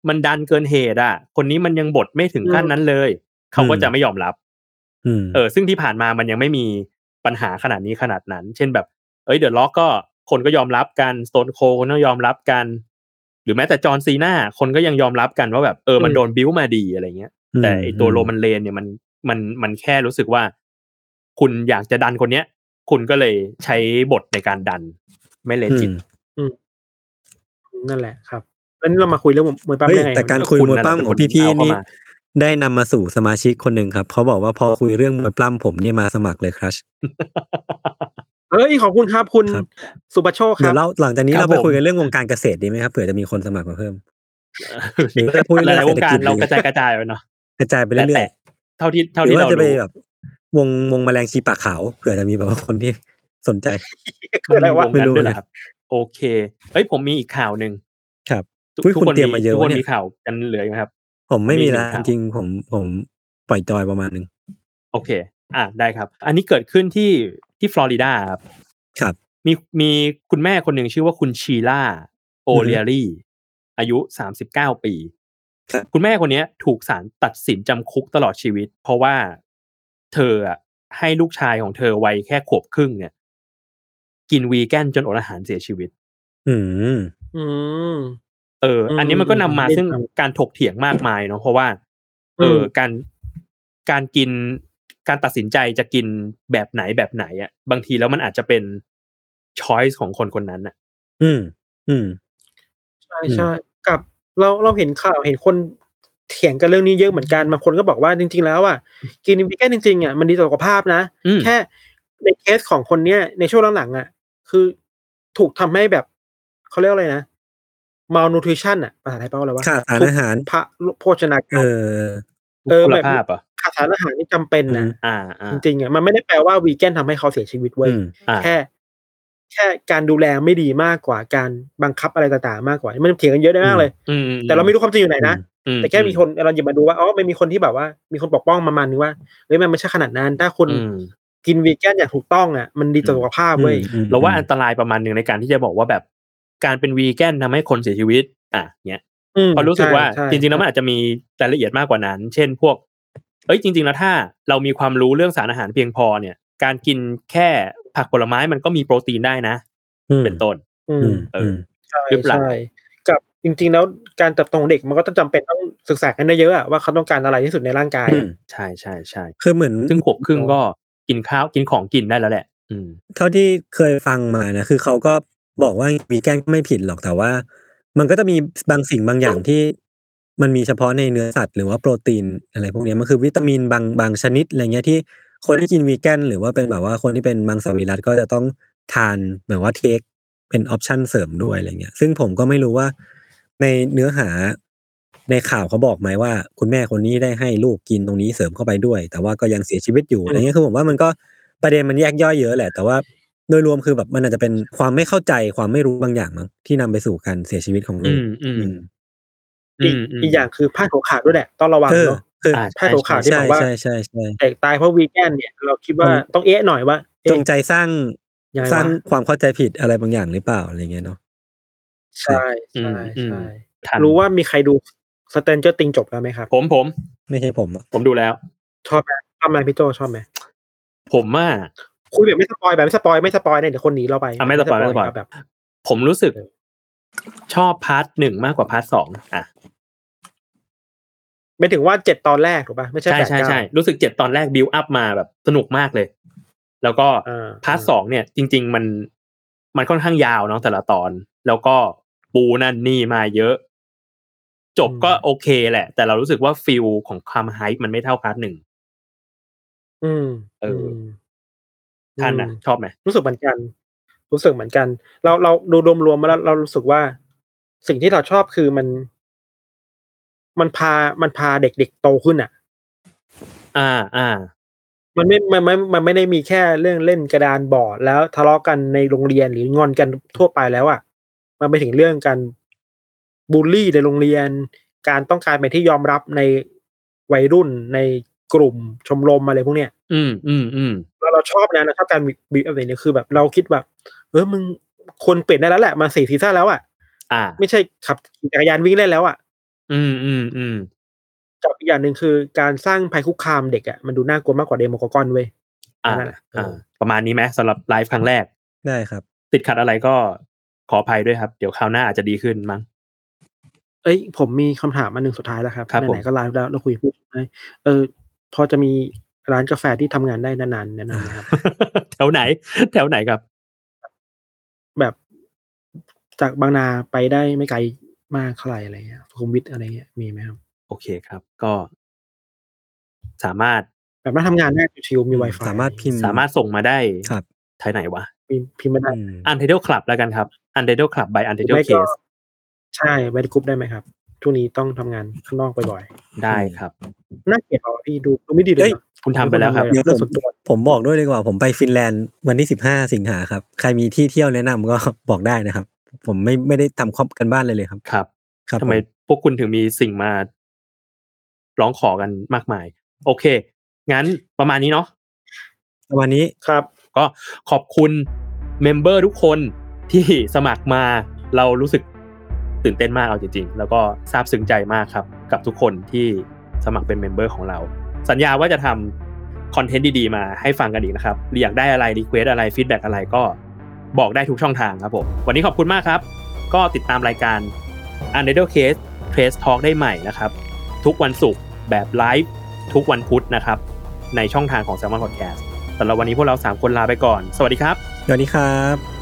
C: มันดันเกินเหตุอะคนนี้มันยังบทไม่ถึงขั้นนั้นเลย เขาก็
A: อืม
C: จะไม่ยอมรับ
A: อืม
C: เออซึ่งที่ผ่านมามันยังไม่มีปัญหาขนาดนี้ขนาดนั้น เช่นแบบ เอ้ยเดอะล็อกก็คนก็ยอมรับกันสโตนโคคนก็ยอมรับกัน หรือแม้แต่จอห์นซีนาคนก็ยังยอมรับกันว่าแบบเออมัน
B: อืม
C: โดนบิ้วมาดีอะไรเงี้ย แต่ไอตัวโรมันเลนเนี่ยมันมันมันแค่รู้สึกว่า คุณอยากจะดันคนเนี้ย คุณก็เลยใช้บทในการดัน ไม่เล
A: อื
C: จิต
A: ม
B: นั่นแหละครับแล้วนี่เรามาคุยเรื่องมวยปั้ม
A: เฮ้ย
B: ได้ไง
A: แต่การคุย
C: คุณ
A: มวยปล้ำ
C: น่ะ
A: ของพี่พี่
C: เอาเข้า
A: นี่
C: มา
A: ได้นำมาสู่สมาชิกคนหนึ่งครับเขาบอกว่าพอคุยเรื่องมวยปล้ำผมเนี่ยมาสมัครเลยครับ
B: เฮ้ยขอบคุณครับคุณ
A: ครับ
B: สุปโชคค
A: เดี๋
B: รั
A: ยว
B: บ
A: เราหลังจากนี้
C: ครับ
A: เราไป
C: ผม
A: คุยกันเรื่องวงการเกษตรดีไหมครับเผื่อจะมีคนสมัครมาเพิ่ม หรือว่าจะพูด
C: ห
A: เรื่อง
C: ลายๆวงการ
A: เศรษฐกิจ
C: เรากระจายกระจายไปเนาะ
A: กระจายไป
C: แต่
A: เรื่อ
C: แต่
A: ย
C: เท่าที่
A: ๆ
C: เท่า
A: หรือ
C: ที่
A: ว่า
C: เรา
A: จะไป
C: รู้
A: แบบวงวงแมลงชีปากขาวเผื่อจะมีแบบว่าคนที่สนใจ
B: คืออะไรวะ
C: มัน
A: ไม่
C: มีวงการ
A: รู้
C: ด้วยเหรอครับ โอเคเอ้ยผมมีอีกข่าวหนึ่ง
A: ครับ
C: ทุก
A: อุ๊ย
C: ทุก
A: คุณ
C: คน
A: เตรียม
C: มี
A: มาเยอะ
C: ทุกคน
A: วะเนี่
C: มี
A: ย
C: ข่าวกันเหลืออยู่ไหมครับ
A: ผมไม่มี
C: ไม่มี
A: ละ
C: ข่าว
A: จริงๆผมผมปล่อยจอยประมาณหนึ่ง
C: โอเค อ่ะได้ครับ อันนี้เกิดขึ้นที่ที่ฟลอริดาครับ
A: ครับ
C: มีมีคุณแม่คนหนึ่งชื่อว่าคุณชีล่า โอเลียรี่ อายุ 39 ปี
A: ครับ
C: คุณแม่คนเนี้ย ถูกศาลตัดสินจำคุกตลอดชีวิต เพราะว่าเธออะให้ลูกชายของเธอวัยแค่ขวบครึ่งเนี่ย กินวีแกนจนอดอาหารเสียชีวิต
A: อืม
B: อืม
C: เออ
B: อืม
C: อันนี้มันก็นำมา
B: อืม
C: ซึ่งการถกเถียงมากมายเนาะเพราะว่า เออ
B: ม
C: อการการกินการตัดสินใจจะกินแบบไหนแบบไหนอะบางทีแล้วมันอาจจะเป็นช้อยส์ของคนคนนั้นอะ
A: อืม อืม
B: ใช่ใช่กับเราเราเห็นข่าวเห็นคนเถียงกันเรื่องนี้เยอะเหมือนกันบางคนก็บอกว่าจริง ๆ แล้วอ่ะกินวีแกนจริงๆอ่ะมันดีต่อสุขภาพนะ
C: อืม
B: แค่ในเคสของคนเนี้ยในช่วงหลังๆอ่ะ คือถูกทำให้แบบเขาเรียกอะไรนะ malnutrition อ่ะภาษาไทยแปลว่าอะไรวะ
A: ขาดสารอาหาร
B: พระโภชนากา
A: เอ
B: ร
A: อ
B: เออ
C: บุ
B: แบ
C: ล
B: บ
C: ภาพอ่ะ
B: ขาดสารอาหารนี่จำเป็นนะ
A: อืม
C: อ่าอ่า
B: จริงๆอ่ะมันไม่ได้แปลว่าวีแกนทำให้เขาเสียชีวิตเว้ย
A: อืม
C: อ่า
B: แค่ แค่การดูแลไม่ดีมากกว่าการบังคับอะไรต่างๆมากกว่า มันเถียงกันเยอะได้มากเลย
C: อืม
B: แต่เราไม่รู้ความจริงอยู่ไหนนะ
C: อื
B: แต่แค่มีคนเราหยิบมาดูว่าอ๋อมันมีคนที่แบบว่ามีคนปกป้องประมาณนึงว่าเฮ้ยมันไม่ใช่ขนาดนั้น ถ้าคุณ
C: อืม
B: กินวีแกนอย่างถูกต้องอ่ะมันดีต่อสุขภาพเว้ย
A: อืม
C: เราว่าอันตรายประมาณหนึ่งในการที่จะบอกว่าแบบการเป็นวีแกนทำให้คนเสียชีวิต อ่ะเนี้ย
B: ม
C: เพราะรู้สึกว่า
B: ใช่ใช่
C: จริงๆแล้วมันอาจจะมีรายละเอียดมากกว่านั้น เช่นพวก เอ้ยจริง ๆ แล้วถ้าเรามีความรู้เรื่องสารอาหารเพียงพอเนี่ย การกินแค่ผักผลไม้มันก็มีโปรตีนได้นะ
A: อืม
C: เป็นต้น
B: อื
A: อื
B: ม
A: ม
C: เออ
A: อืม
B: ใช่
C: หรือเปล่า
B: ใช่กับจริง ๆ แล้วการเติบโตของเด็กมันก็ต้องจำเป็นต้องศึกษากันได้เยอะอะว่าเขาต้องการอะไรที่สุดในร่างกาย
A: อื
B: อะ
A: ม
C: ใช่ใช่ใช่
A: คือเหมือน
C: ซึ่งขวบครึ่งก็กินข้าวกินของกินได้แล้วแหละ อืม
A: เท่าที่เคยฟังมานะคือเขาก็บอกว่าวีแกนก็ไม่ผิดหรอกแต่ว่า มันก็จะมีบางสิ่งบางอย่างที่ มันมีเฉพาะในเนื้อสัตว์หรือว่าโปรตีนอะไรพวกเนี้ยมันคือวิตามินบางบางชนิดอะไรเงี้ยที่คนที่กินวีแกนหรือว่าเป็นแบบว่าคนที่เป็นมังสวิรัตก็จะต้องทานเหมือนว่าเทคเป็นออปชันเสริมด้วยอะไรเงี้ย ซึ่งผมก็ไม่รู้ว่าในเนื้อหาในข่าวเขาบอกไหมว่า คุณแม่คนนี้ได้ให้ลูกกินตรงนี้เสริมเข้าไปด้วย แต่ว่าก็ยังเสียชีวิตอยู่อะไรเงี้ยคือผมว่ามันก็ประเด็นมันแยกย่อยเยอะแหละ แต่ว่า โดยรวมคือแบบมันอาจจะเป็นความไม่เข้าใจความไม่รู้บางอย่างมั้งที่นำไปสู่การเสียชีวิตของลู
C: อื
A: ก
C: มอืม
A: อืม
B: อีก
C: ม
B: อีกอย่างคือผ้าดหัวขาดด้วยแหละต้องระวัง
A: เออ
B: เนาะ
A: คือ
C: อ่า
B: ผ้า
C: ใช่
B: ขาว ที่
A: ใช่
B: บอกว่า
A: ใช่ใช่ใช่
B: เด็กตายเพราะวีแกนเนี่ยเราคิดว่า
A: ผม
B: ต้องเอ๊ะหน่อยว่า
A: จ
B: เอ๊ะ
A: งใจสร้าง
B: ยังไง
A: สร้าง
B: วะ
A: ความเข้าใจผิดอะไรบางอย่างหรือเปล่าอะไรเงี้ยเนาะ
B: ใช่ใช่
C: อืม
B: ใช่
C: ทัน
B: รู้ว่ามีใครดูสเตนเจอร์ติงจบแล้วไหมครับ
C: ผมผม
A: ไม่ใช่ผมอะ
C: ผมดูแล้ว
B: ชอบไหมชอบไหมพี่โจชอบไหม
C: ผมว่า
B: คุยแบบไม่สปอยแบบไม่สปอยไม่สปอยเนี่ยเดี๋ยวคนหนีเราไป
C: อ่ะไม่สปอยไม่สปอย
B: แบบ
C: ผมรู้สึกชอบพาร์ทหนึ่งมากกว่าพาร์ทสองอ่ะ
B: ไม่ถึงว่าเจ็ดตอนแรกถูกป่ะไม่ใช่
C: ใช่
B: แปด
C: ใช่
B: เก้า
C: ใช่รู้สึกเจ็ดตอนแรกบิวอัพมาแบบสนุกมากเลย แล้วก็
B: อ่า
C: พาร์ทสองเนี่ย จริง ๆ มันมันค่อนข้างยาวเนาะแต่ละตอน แล้วก็ปูนั่นนี่มาเยอะ จบก็โอเคแหละ แต่เรารู้สึกว่าฟิลของความไฮป์มันไม่เท่าพาร์ทหนึ่ง
B: อืม
C: เอออื
B: ม
C: ท่านนะชอบไหม
B: รู้สึกเหมือนกัน รู้สึกเหมือนกัน เราเราดูรวมๆมาแล้วเรารู้สึกว่า สิ่งที่เราชอบคือมัน มันพามันพาเด็กๆโตขึ้นอ่ะ
C: อ่า อ่า
B: มันไม่มันไม่มันไม่ได้มีแค่เรื่องเล่นกระดานบอร์ดแล้วทะเลาะกันในโรงเรียนหรืองอนกันทั่วไปแล้วอ่ะ มันไปถึงเรื่องการบูลลี่ในโรงเรียน การต้องการเป็นที่ยอมรับในวัยรุ่นในกลุ่มชมรมอะไรพวกเนี้ย
C: อืมอืมอืม
B: เราเราชอบนะเราชอบการบีบอะไรเนี่ยคือแบบเราคิดแบบเออมึงควรเปลี่ยนได้แล้วแหละมาสี่ซีซั่นแล้วอ่ะ
C: อ่า
B: ไม่ใช่ขับขี่จักรยานวิ่งเล่นแล้วอ่ะ
C: อืมอืมอืม
B: กับอีกอย่างหนึ่งคือการสร้างภัยคุกคามเด็กอ่ะมันดูน่ากลัวมากกว่าเดโมโกกอนเว้ย
C: อ่า
B: นั่นแหละเอ
C: อ่า
B: อ
C: ประมาณนี้ไหมสำหรับไลฟ์ครั้งแรก
A: ได้ครับ
C: ติดขัดอะไรก็ขออภัยด้วยครับ เดี๋ยวคราวหน้าอาจจะดีขึ้นมั้ง
B: เอ้ยผมมีคำถามอันหนึ่งสุดท้ายแล้วครับ
C: ครับผม
B: ไหนๆก็ไลฟ์แล้วเราคุยพูดไหมเออ พอจะมีร้านกาแฟที่ทำงานได้นานๆแนะนำไหมครับ
C: แถวไหน แถวไหนครับ
B: แบบจากบางนาไปได้ไม่ไกลมากเท่าไหร่อะไรเงี้ยสุขุมวิทอะไรเงี้ยมีไหมครับ
C: โอเคครับ ก็ สามารถ
B: แบบนั่งทำงานได้ชิวๆมี Wi-Fi
A: สามารถพิมพ์
C: สามารถส่งมาได้
A: ครับ
C: ทายไหนวะ
B: มีพิมพ์มาได้
A: อืม
C: Untitled Club แล้วกันครับ Untitled Club by
B: หรือ
C: Untitled
B: ไม่ก็
C: Case
B: ใช่ไปในกรุ๊ปได้ไหมครับช่วงนี้ต้องทำงานข้างนอกบ่อย
C: ได้ครับ
B: ๆน่าเกลียดเหรอพี่ดูดูไม่ดีเลย
A: เอ้ย
B: เนอะ
C: คุณทำไปแล้วครับ
A: เดี๋ยวผ
B: เรื่อ
A: ม
B: งส่วนตัว
A: ผมบอกด้วยดีกว่า ผมไปฟินแลนด์วันที่สิบห้าสิงหาครับ ใครมีที่เที่ยวแนะนำก็ บอกได้นะครับ ผมไม่ไม่ได้ทำความกันบ้านเลยเลยครับ
C: ครับ
A: ครับ
C: ทำไม
A: ผ
C: พวกคุณถึงมีสิ่งมา ร้องขอกันมากมาย โอเค งั้นประมาณนี้เนาะ
A: วันนี้
B: ครับ
C: ก็ขอบคุณเมมเบอร์ทุกคนที่สมัครมาเรารู้สึก ตื่นเต้นมากเอาจริงๆ แล้วก็ซาบซึ้งใจมากครับ กับทุกคนที่สมัครเป็นเมมเบอร์ของเรา สัญญาว่าจะทำคอนเทนต์ดีๆ มาให้ฟังกันอีกนะครับอยากได้อะไรรีเควสอะไรฟีดแบ็อะไรก็บอกได้ทุกช่องทางครับผม วันนี้ขอบคุณมากครับ ก็ติดตามรายการ u n d e r t a l Case Trace Talk ได้ใหม่นะครับ ทุกวันศุกร์แบบไลฟ์ทุกวันพุธนะครับ ในช่องทางของ s ซ l m o n Podcast สำหรับวันนี้พวกเรา 3 คนลาไปก่อน สวัสดีครับ
A: สวัสดีครับ